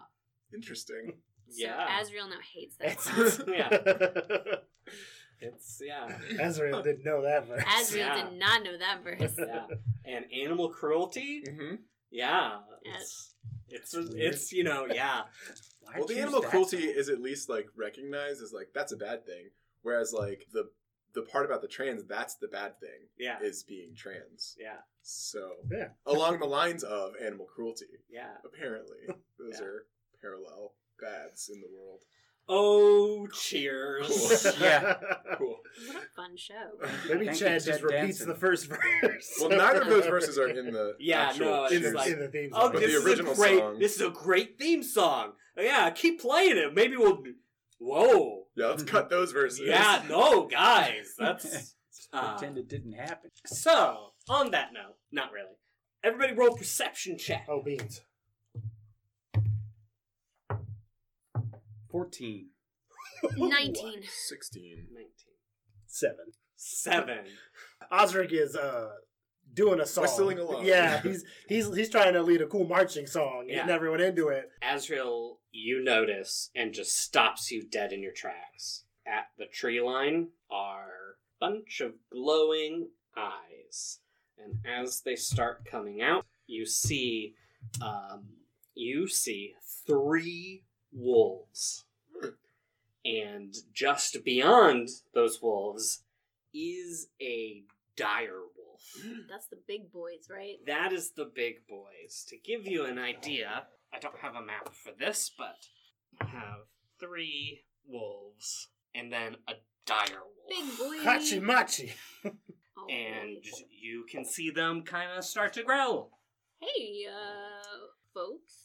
S2: Interesting.
S4: So
S5: Yeah.
S4: Azrael now hates that.
S3: It's-
S4: song.
S5: yeah. It's yeah.
S3: Azrael didn't know that verse.
S4: Azrael
S5: Yeah.
S4: did not know that verse.
S5: yeah. And animal cruelty?
S2: Mm-hmm.
S5: Yeah.
S4: Yeah.
S5: It's it's, it's you know, yeah.
S1: Why
S2: Well, the
S1: choose
S2: animal
S1: that
S2: cruelty
S1: song?
S2: is at least like recognized as like that's a bad thing, whereas like the the part about the trans that's the bad thing
S5: Yeah.
S2: is being trans.
S5: Yeah.
S2: So
S3: Yeah.
S2: along the lines of animal cruelty,
S5: Yeah.
S2: apparently those
S5: Yeah.
S2: are parallel bads in the world.
S5: Oh, cheers.
S1: Cool. Yeah.
S2: Cool.
S4: What a fun show.
S3: Maybe
S1: Thank you,
S3: Chad
S1: Chad
S3: just repeats
S1: Danson.
S3: the first verse.
S2: Well, neither of those verses are in the
S5: Yeah,
S2: actual
S5: no, it's
S2: choose.
S3: in,
S5: like-
S3: in the theme
S5: Oh,
S3: song.
S2: But
S5: this
S2: the
S5: is
S2: original
S5: a great.
S2: song-
S5: This is a great theme song. Yeah, keep playing it. Maybe we'll. Whoa.
S2: yeah, let's cut those verses.
S5: Yeah, no, guys, that's uh,
S1: Pretend it didn't happen.
S5: so. On that note, not really. Everybody, roll perception check.
S3: oh, beans.
S1: 14.
S4: 19.
S2: 16.
S5: Nineteen.
S3: Seven.
S5: Seven.
S3: Osric is uh doing a song.
S2: Whistling along.
S3: Yeah, he's he's he's trying to lead a cool marching song, getting
S5: Yeah.
S3: everyone into it.
S5: Azrael, you notice and just stops you dead in your tracks. At the tree line are a bunch of glowing eyes. And as they start coming out, you see um, you see three wolves. And just beyond those wolves is a dire wolf.
S4: That's the big boys, right?
S5: That is the big boys. To give you an idea, I don't have a map for this, but I have three wolves and then a dire
S4: Big
S5: wolf.
S4: boy.
S3: Hachi machi.
S4: Oh, boy.
S5: And you can see them kind of start to growl.
S4: Hey, uh, folks.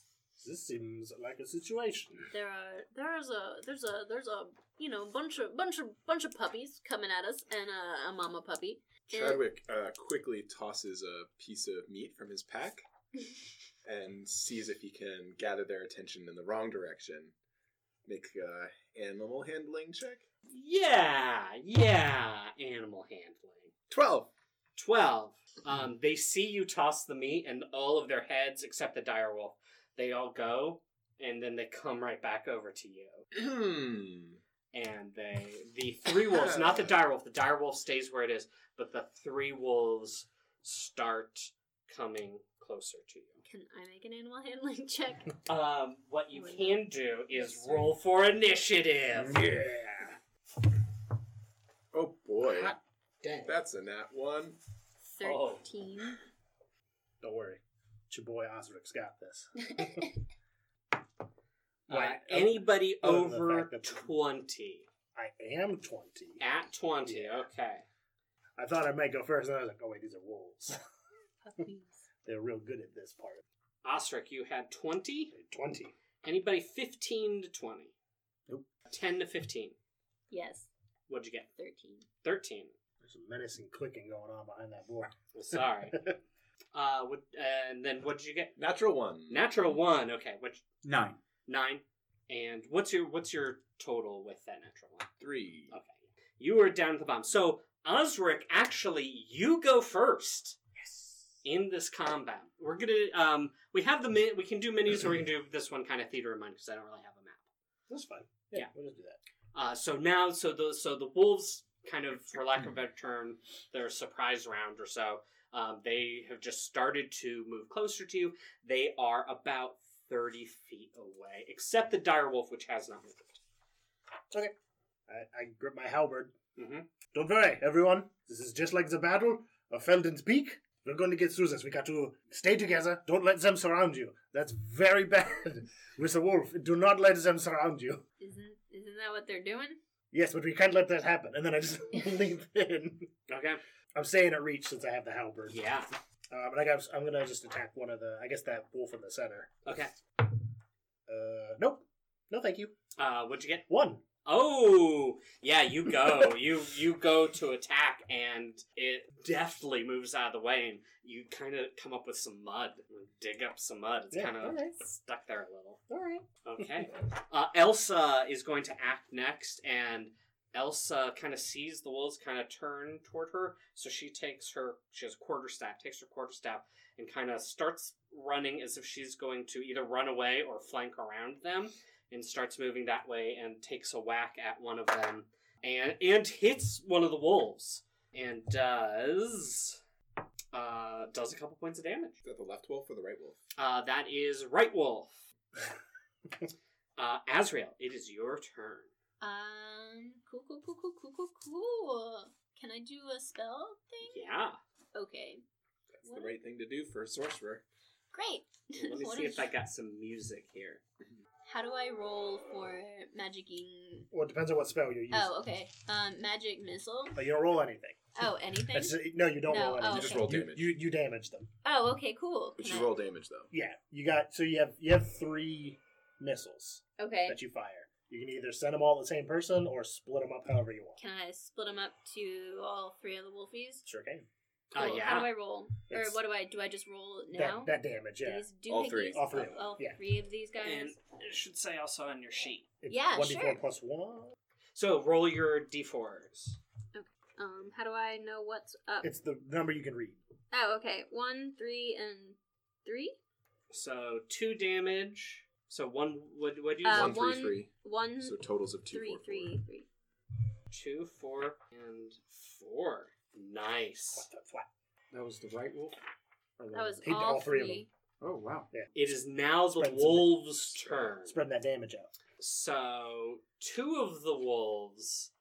S3: This seems like a situation.
S4: There are there's a there's a there's a you know bunch of bunch of bunch of puppies coming at us and a, a mama puppy.
S2: Chadwick uh, quickly tosses a piece of meat from his pack and sees if he can gather their attention in the wrong direction. Make uh, animal handling check.
S5: Yeah, yeah, animal handling.
S2: 12.
S5: 12. Um, they see you toss the meat, and all of their heads, except the dire wolf, they all go, and then they come right back over to you.
S2: Oh,
S5: and they the three wolves, not the dire wolf. The dire wolf stays where it is, but the three wolves start coming closer to you.
S4: Can I make an animal handling check?
S5: Um, what you can do is roll for initiative.
S1: Yeah.
S2: oh boy.
S5: Hot dang.
S2: That's a nat one.
S5: Oh.
S4: Thirteen.
S3: Don't worry. It's your boy Osric's got this.
S5: Uh,
S3: Wait,
S5: anybody
S3: other than the
S5: over
S3: fact that-
S5: twenty
S3: I am twenty.
S5: at twenty.
S3: Yeah.
S5: Okay.
S3: I thought I might go first, and I was like, oh wait, these are wolves.
S4: Puppies.
S3: They're real good at this part.
S5: Osric, you had twenty.
S3: Twenty.
S5: Anybody fifteen to twenty?
S1: Nope.
S5: Ten to fifteen.
S4: Yes,
S5: What'd you get?
S4: thirteen.
S5: Thirteen.
S3: There's some menacing clicking going on behind that board.
S5: Sorry. uh, what, and then what'd you get?
S2: Natural one.
S5: Natural one. Okay, which
S1: Nine.
S5: nine. And what's your what's your total with that natural one?
S2: Three.
S5: Okay, you are down at the bottom. So Osric, actually, you go first. Yes. In this combat, we're gonna um we have the min- we can do minis or we can do this one kind of theater in mind because I don't really have a map.
S3: That's fine. Yeah,
S5: Yeah.
S3: we'll just do that.
S5: Uh, so now, so the so the wolves kind of, for lack of a better term, their surprise round or so. Um, they have just started to move closer to you. They are about thirty feet away, except the dire wolf, which has not moved.
S3: I, I grip my halberd
S5: Mm-hmm.
S3: Don't worry, everyone. This is just like the battle of Felden's Peak. We're going to get through this. We got to stay together. Don't let them surround you. That's very bad with a wolf. Do not let them surround you.
S4: Isn't isn't that what they're doing?
S3: Yes, but we can't let that happen. And then I just leap in.
S5: Okay.
S3: I'm staying at reach since I have the halberd.
S5: Yeah.
S3: Uh, but I got, I'm going to just attack one of the, I guess that wolf in the center.
S5: Okay.
S3: Uh, nope. No, thank you.
S5: Uh, what'd you get?
S3: One.
S5: Oh, yeah. You go. you you go to attack, and it deftly moves out of the way, and you kind of come up with some mud, dig up some mud. It's
S3: Yeah,
S5: kind of
S3: alright.
S5: stuck there a little.
S3: All right.
S5: Okay. Uh, Elsa is going to act next, and Elsa kind of sees the wolves kind of turn toward her, so she takes her, she has a quarterstaff, takes her quarterstaff, and kind of starts running as if she's going to either run away or flank around them, and starts moving that way and takes a whack at one of them, and and hits one of the wolves, and does uh, does a couple points of damage.
S2: Is that the left wolf or the right wolf?
S5: Uh, that is Right Wolf. uh, Azrael, it is your turn.
S4: Um, cool, cool, cool, cool, cool, cool, cool. Can I do a spell thing?
S5: Yeah.
S4: Okay,
S2: That's the right thing to do for a sorcerer.
S4: great.
S5: Let me
S4: What
S5: see
S4: is-
S5: if I got some music here.
S4: How do I roll for magicking?
S3: Well, it depends on what spell you're using.
S4: Oh, okay. Um, magic missile.
S3: But you don't roll anything.
S4: Oh, anything.
S3: That's- no, you don't
S4: No,
S3: roll
S4: oh,
S3: anything.
S4: You
S2: just okay. roll
S3: You-
S2: damage.
S3: You, you damage them.
S4: Oh, okay, cool.
S2: But
S4: Can
S2: you
S4: I-
S2: roll damage though.
S3: Yeah, you got so you have you have three missiles
S4: Okay.
S3: that you fire. You can either send them all at the same person or split them up however you want.
S4: Can I split them up to all three of the wolfies?
S3: Sure can.
S5: Uh,
S4: Cool.
S5: yeah.
S4: How do I roll?
S3: It's-
S4: or what do I do? I just roll it now.
S3: That, that damage, yeah.
S4: These do
S2: All
S4: they
S2: three.
S4: use-
S3: All three of them,
S4: All
S3: yeah.
S4: three of these guys.
S5: And it should say also on your sheet.
S3: It's
S4: Yeah,
S3: 1d4
S4: sure.
S3: plus 1.
S5: So roll your d4s.
S4: Um, how do I know what's up?
S3: It's the number you can read.
S4: Oh, okay. One, three, and three.
S5: So two damage. So one. What what do you?
S4: Uh,
S2: one,
S5: want?
S2: three, three.
S4: one,
S2: So totals of two,
S4: three,
S2: four, four.
S4: three, three.
S5: Two, four, and four. Nice.
S3: Flat, flat.
S1: That was the right wolf.
S4: That was
S3: He did
S4: all,
S3: all three
S4: three.
S3: of
S1: Oh wow.
S5: It is now the
S3: Spread some-
S5: wolves' turn.
S3: Spreading that damage out.
S5: So two of the wolves.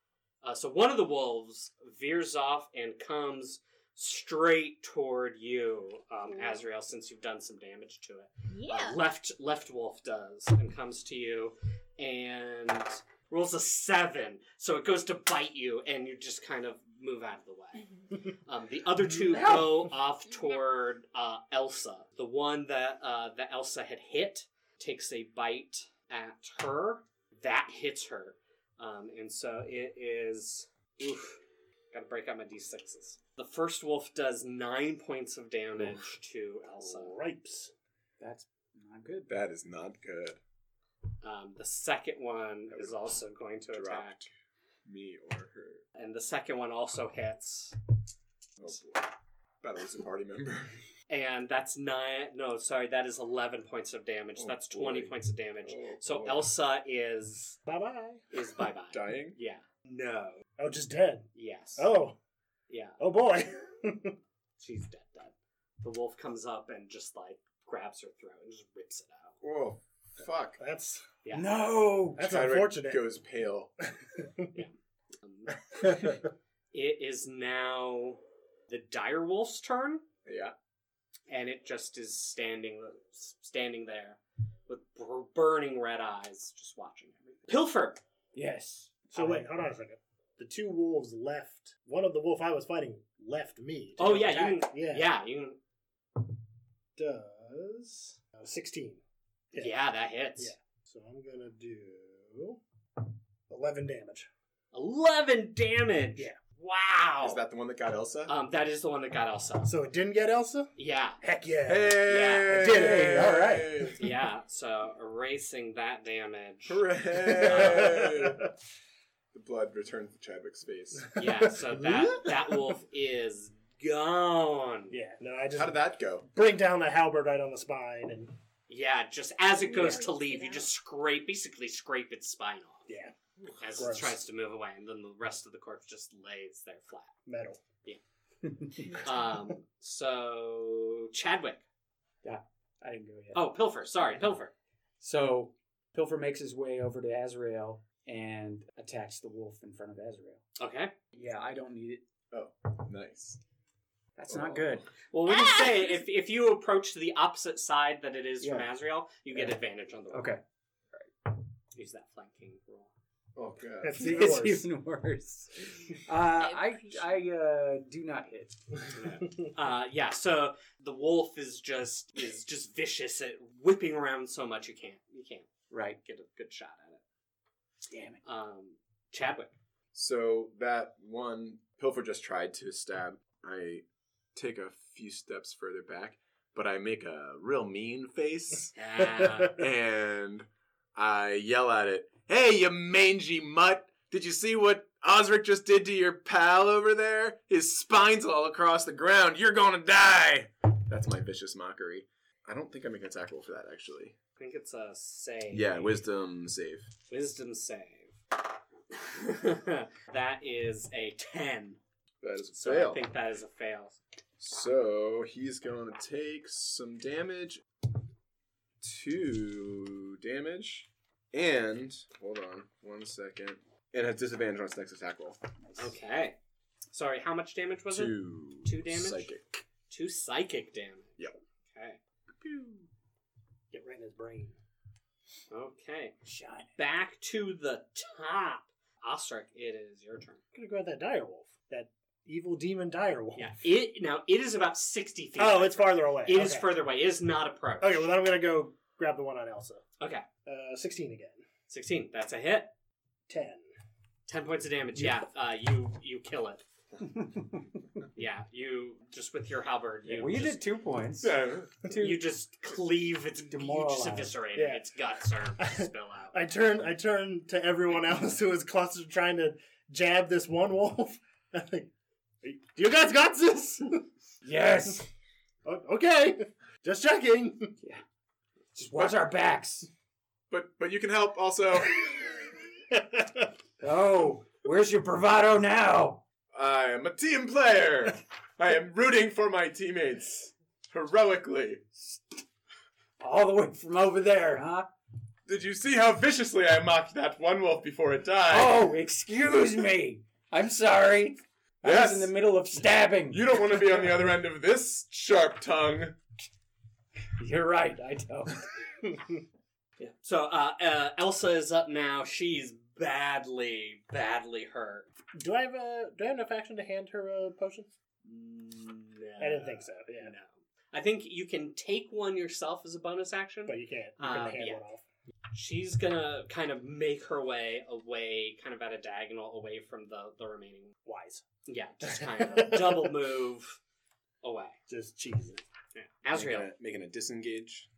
S5: Uh, so one of the wolves veers off and comes straight toward you, um, Azrael, since you've done some damage to it.
S4: Yeah.
S5: uh, left left wolf does and comes to you and rolls a seven so it goes to bite you and you just kind of move out of the way um, the other two go off toward uh, elsa the one that uh, that elsa had hit takes a bite at her that hits her um, and so it is oof gotta break out my d6s the first wolf does nine points of damage to elsa
S3: Ripes.
S1: That's not good.
S2: That is not good.
S5: Um, the second one
S2: That
S5: is
S2: would
S5: also going to
S2: drop.
S5: attack,
S2: Me or her.
S5: and the second one also hits,
S2: Oh boy. Battle is a party member.
S5: and that's nine. No, sorry, that is eleven points of damage.
S2: Oh,
S5: that's twenty
S2: boy.
S5: points of damage.
S2: Oh,
S5: so
S2: boy.
S5: Elsa is
S3: Bye bye.
S5: is bye bye.
S2: Dying?
S5: Yeah. No.
S3: Oh, just dead.
S5: Yes.
S3: Oh,
S5: Yeah.
S3: oh boy.
S5: She's dead. Dead. The wolf comes up and just like grabs her throat and just rips it out.
S2: Oh, fuck.
S3: That's
S5: Yeah.
S1: No.
S3: that's
S2: Chadwick
S3: unfortunate.
S2: Goes pale.
S5: Um, it is now the dire wolf's turn.
S2: Yeah.
S5: and it just is standing standing there with br- burning red eyes just watching everything pilfer
S1: Yes.
S3: so wait,
S5: Um,
S3: hold on a second. The two wolves left. One of the wolf I was fighting left me. to
S5: oh yeah you
S3: attack.
S5: can, yeah. you can,
S3: Does uh, sixteen.
S5: yeah. that hits
S3: Yeah. So I'm gonna do eleven damage.
S5: 11 damage
S3: Yeah.
S5: wow
S2: Is that the one that got Elsa?
S5: um that is the one that got elsa
S3: So it didn't get Elsa.
S5: yeah
S3: Heck yeah.
S2: hey!
S3: I did it. All right.
S5: yeah so erasing that damage
S2: Hooray! the blood returns to Chadwick's face.
S5: yeah so that that wolf is gone
S3: yeah. No, I just
S2: How did that go?
S3: bring down the halberd right on the spine, and
S5: Yeah, just as it goes
S4: Yeah.
S5: to leave you just scrape basically scrape its spine off
S3: yeah,
S5: as
S3: Gross.
S5: it tries to move away, and then the rest of the corpse just lays there flat.
S3: metal.
S5: Um, so Chadwick.
S1: I didn't go yet.
S5: Oh, Pilfer. Sorry, Pilfer.
S1: So Pilfer makes his way over to Azrael and attacks the wolf in front of Azrael.
S5: Okay.
S1: Yeah, I don't need it.
S2: Oh, nice.
S1: That's not good.
S5: Well, we can
S4: Ah!
S5: say if if you approach the opposite side that it is from
S1: Yeah.
S5: Azrael, you get
S1: Yeah.
S5: advantage on the roll.
S1: Okay.
S5: Use that flanking roll.
S2: Oh god.
S3: That's even worse.
S1: It's even worse. Uh, I I uh, do not hit.
S5: Uh, yeah. So the wolf is just is just vicious at whipping around so much you can't you can't
S1: Right.
S5: get a good shot at it.
S1: Damn it.
S5: Um, Chadwick.
S2: So that one Pilfer just tried to stab. I take a few steps further back, but I make a real mean face
S5: Ah,
S2: and I yell at it, Hey, you mangy mutt! Did you see what Osric just did to your pal over there? His spine's all across the ground. You're gonna die! That's my vicious mockery. I don't think I make an attack roll for that, actually.
S5: I think it's a save.
S2: Yeah, wisdom save.
S5: Wisdom save. that is a 10.
S2: That is a
S5: So
S2: fail.
S5: I think that is a fail.
S2: So he's going to take some damage. Two damage. And, hold on one second. And has disadvantage on its next attack roll.
S5: Okay. Sorry, how much damage was it?
S2: Two.
S5: Two damage?
S2: Psychic.
S5: Two psychic damage.
S2: Yep.
S5: Okay.
S3: Get right in his brain.
S5: Okay.
S1: Shine.
S5: Back to the top. Ostrak, it is your turn.
S3: I'm gonna go at that direwolf, that evil demon direwolf.
S5: Yeah. It now it is about sixty feet.
S3: Oh, it's farther away.
S5: It is
S3: Okay.
S5: further away. It is not approach.
S3: Okay, well then I'm gonna go grab the one on Elsa.
S5: Okay.
S3: Uh, 16 again.
S5: Sixteen. That's a hit.
S3: 10.
S5: Ten points of damage. Yeah. Uh, you you kill it. yeah. You just with your halberd. You
S1: well, you
S5: just,
S1: did two points. Two.
S5: You just cleave its. You
S1: Demoralize.
S5: just eviscerate
S3: Yeah.
S5: its guts or spill out.
S3: I turn I turn to everyone else who is clustered trying to jab this one wolf. I think, do you guys got this?
S1: yes.
S3: "O- okay, just checking.
S1: Just watch our backs.
S2: But but you can help also.
S1: Oh, where's your bravado now?
S2: I am a team player. I am rooting for my teammates heroically.
S1: All the way from over there, huh?
S2: Did you see how viciously I mocked that one wolf before it died?
S1: Oh, excuse me. I'm sorry. I
S2: Yes.
S1: was in the middle of stabbing.
S2: You don't want to be on the other end of this sharp tongue.
S1: You're right. I don't.
S5: Yeah. So uh, uh, Elsa is up now. She's badly, badly hurt.
S3: do I have a do I have enough action to hand her a potion? I didn't think so. Yeah,
S5: No. I think you can take one yourself as a bonus action.
S3: but you can't. You can
S5: Uh,
S3: hand
S5: yeah.
S3: one off.
S5: She's gonna kind of make her way away, kind of at a diagonal away from the the remaining.
S3: Wise,
S5: Yeah, just kind of double move away.
S3: just cheese. it.
S5: Yeah. Azrael.
S2: making a disengage.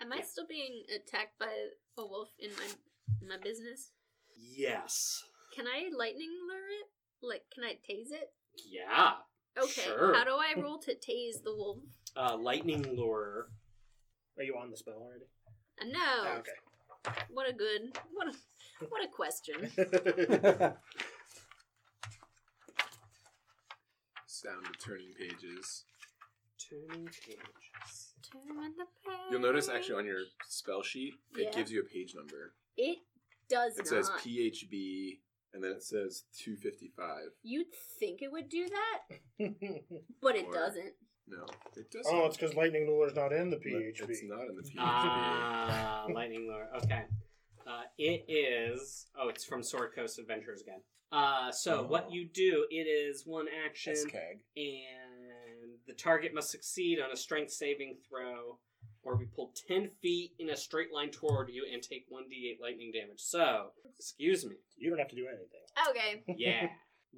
S4: Am I still being attacked by a wolf in my my business?
S5: Yes.
S4: Can I lightning lure it? Like, can I tase it?
S5: Yeah.
S4: Okay.
S5: Sure.
S4: How do I roll to tase the wolf?
S5: Uh, lightning lure.
S3: Are you on the spell already?
S4: Uh, no.
S3: Oh,
S4: What a good what a what a question.
S3: okay.
S2: Sound of turning pages.
S5: Turning pages.
S4: Turn the
S2: You'll notice
S4: page.
S2: actually on your spell sheet,
S4: Yeah.
S2: it gives you a page number.
S4: it does
S2: It
S4: not.
S2: says PHB, and then it says 255.
S4: You'd think it would do that, but it
S2: Or-
S4: doesn't.
S2: No, it doesn't.
S3: oh, it's because lightning lure's not in the PHB.
S2: It's not in the PHB.
S5: Ah, lightning lure. Okay. Uh, it is. Oh, it's from Sword Coast Adventures again. Uh, so
S2: Oh.
S5: what you do? It is one action,
S2: SCAG.
S5: and the target must succeed on a Strength saving throw, or be pulled ten feet in a straight line toward you and take one d8 lightning damage. So, excuse me.
S3: You don't have to do anything.
S4: Okay.
S5: Yeah.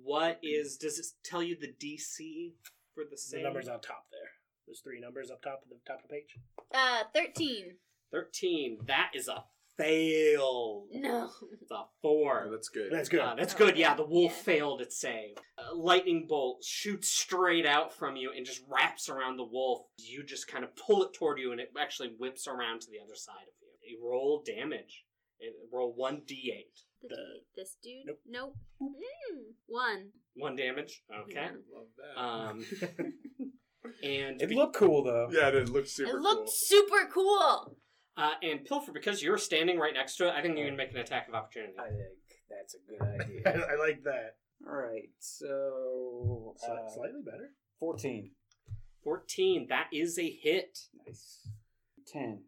S5: what is? Does it tell you the DC for the
S3: The
S5: same?
S3: numbers on top there. There's three numbers up top of the top of the page.
S4: Uh, thirteen.
S5: Thirteen. That is a fail.
S4: No.
S5: It's a four.
S2: Oh, that's good.
S3: That's good.
S1: Um,
S5: Uh, that's good. Yeah, the wolf
S4: Yeah.
S5: failed its save. A lightning bolt shoots straight out from you and just wraps around the wolf. You just kind of pull it toward you, and it actually whips around to the other side of you. You roll damage. It, roll one d8.
S4: The,
S2: Uh,
S3: The-
S4: this dude.
S3: Nope.
S4: Nope. Mm. One.
S5: One damage. Okay.
S4: Yeah.
S2: Love that.
S5: Um, and
S1: It
S5: be-
S1: looked cool though.
S2: yeah, it looks super
S4: it looked
S2: cool.
S4: super cool.
S5: uh, and pilfer because you're standing right next to it. I think you can make an attack of opportunity.
S1: I think that's a good
S3: I,
S1: idea.
S3: I like that.
S1: All right, so
S3: Sli-
S1: uh,
S3: slightly better.
S1: fourteen.
S5: Fourteen. That is a hit.
S1: Nice. Ten.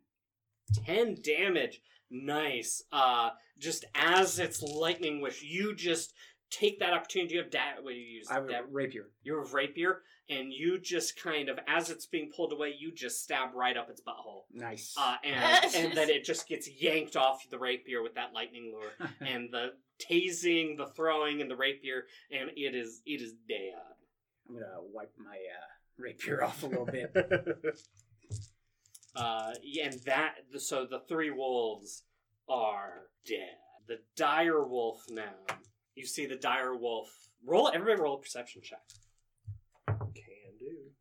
S5: 10 damage. Nice. Uh, just as it's lightning wish, you just take that opportunity. You have da- what do you use?
S1: I have a
S5: Dab-
S1: rapier.
S5: you have rapier, and you just kind of, as it's being pulled away, you just stab right up its butthole.
S1: Nice.
S5: Uh, and, and then it just gets yanked off the rapier with that lightning lure, and the tasing, the throwing, and the rapier, and it is it is dead.
S1: I'm gonna wipe my uh, rapier off a little bit.
S5: Uh, yeah, and that so the three wolves are dead. The dire wolf now. You see the dire wolf. Roll everybody. Roll a perception check.
S3: Can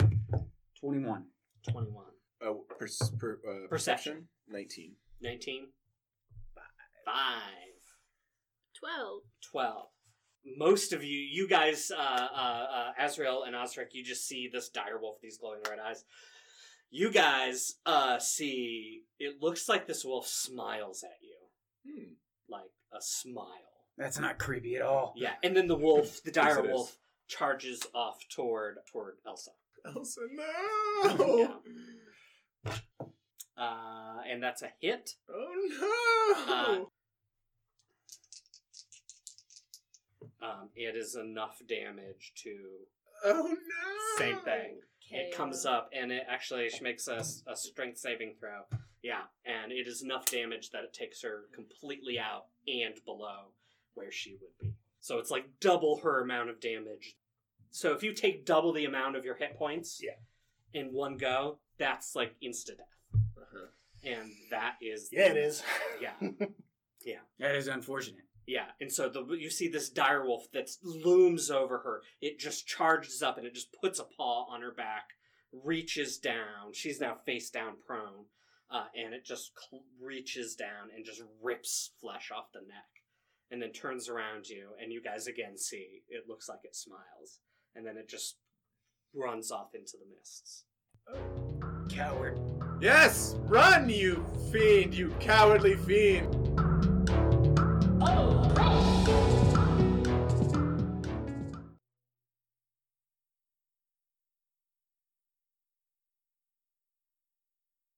S3: do.
S1: Twenty-one.
S5: 21.
S2: Oh, pers- per, uh,
S5: Perception.
S2: 19.
S5: 19. Five.
S4: Twelve.
S5: 12. Most of you, you guys, uh, uh, uh, Azrael and Osric, you just see this dire wolf, these glowing red eyes. You guys uh, see, it looks like this wolf smiles at you.
S2: Hmm.
S5: Like a smile.
S1: That's not creepy at all.
S5: Yeah, and then the wolf, the dire
S2: it is.
S5: wolf, charges off toward toward Elsa.
S2: Elsa, no!
S5: Uh, and that's a hit.
S2: Oh no!
S5: Uh, Um, it is enough damage to
S2: oh no!
S3: Ah.
S5: same thing. It
S4: KO.
S5: comes up and it actually she makes a, s- a strength saving throw. Yeah, and it is enough damage that it takes her completely out and below where she would be. So it's like double her amount of damage. So if you take double the amount of your hit points
S3: Yeah.
S5: in one go, that's like insta death.
S2: Uh-huh.
S5: And that is
S3: Yeah, it is.
S5: Yeah.
S1: That is unfortunate.
S5: Yeah, and so the, you see this direwolf that looms over her. It just charges up and it just puts a paw on her back, reaches down. She's now face down prone, uh, and it just cl- reaches down and just rips flesh off the neck, and then turns around you, and you guys again see it looks like it smiles, and then it just runs off into the mists.
S2: Coward. Yes! Run, you fiend! You cowardly fiend!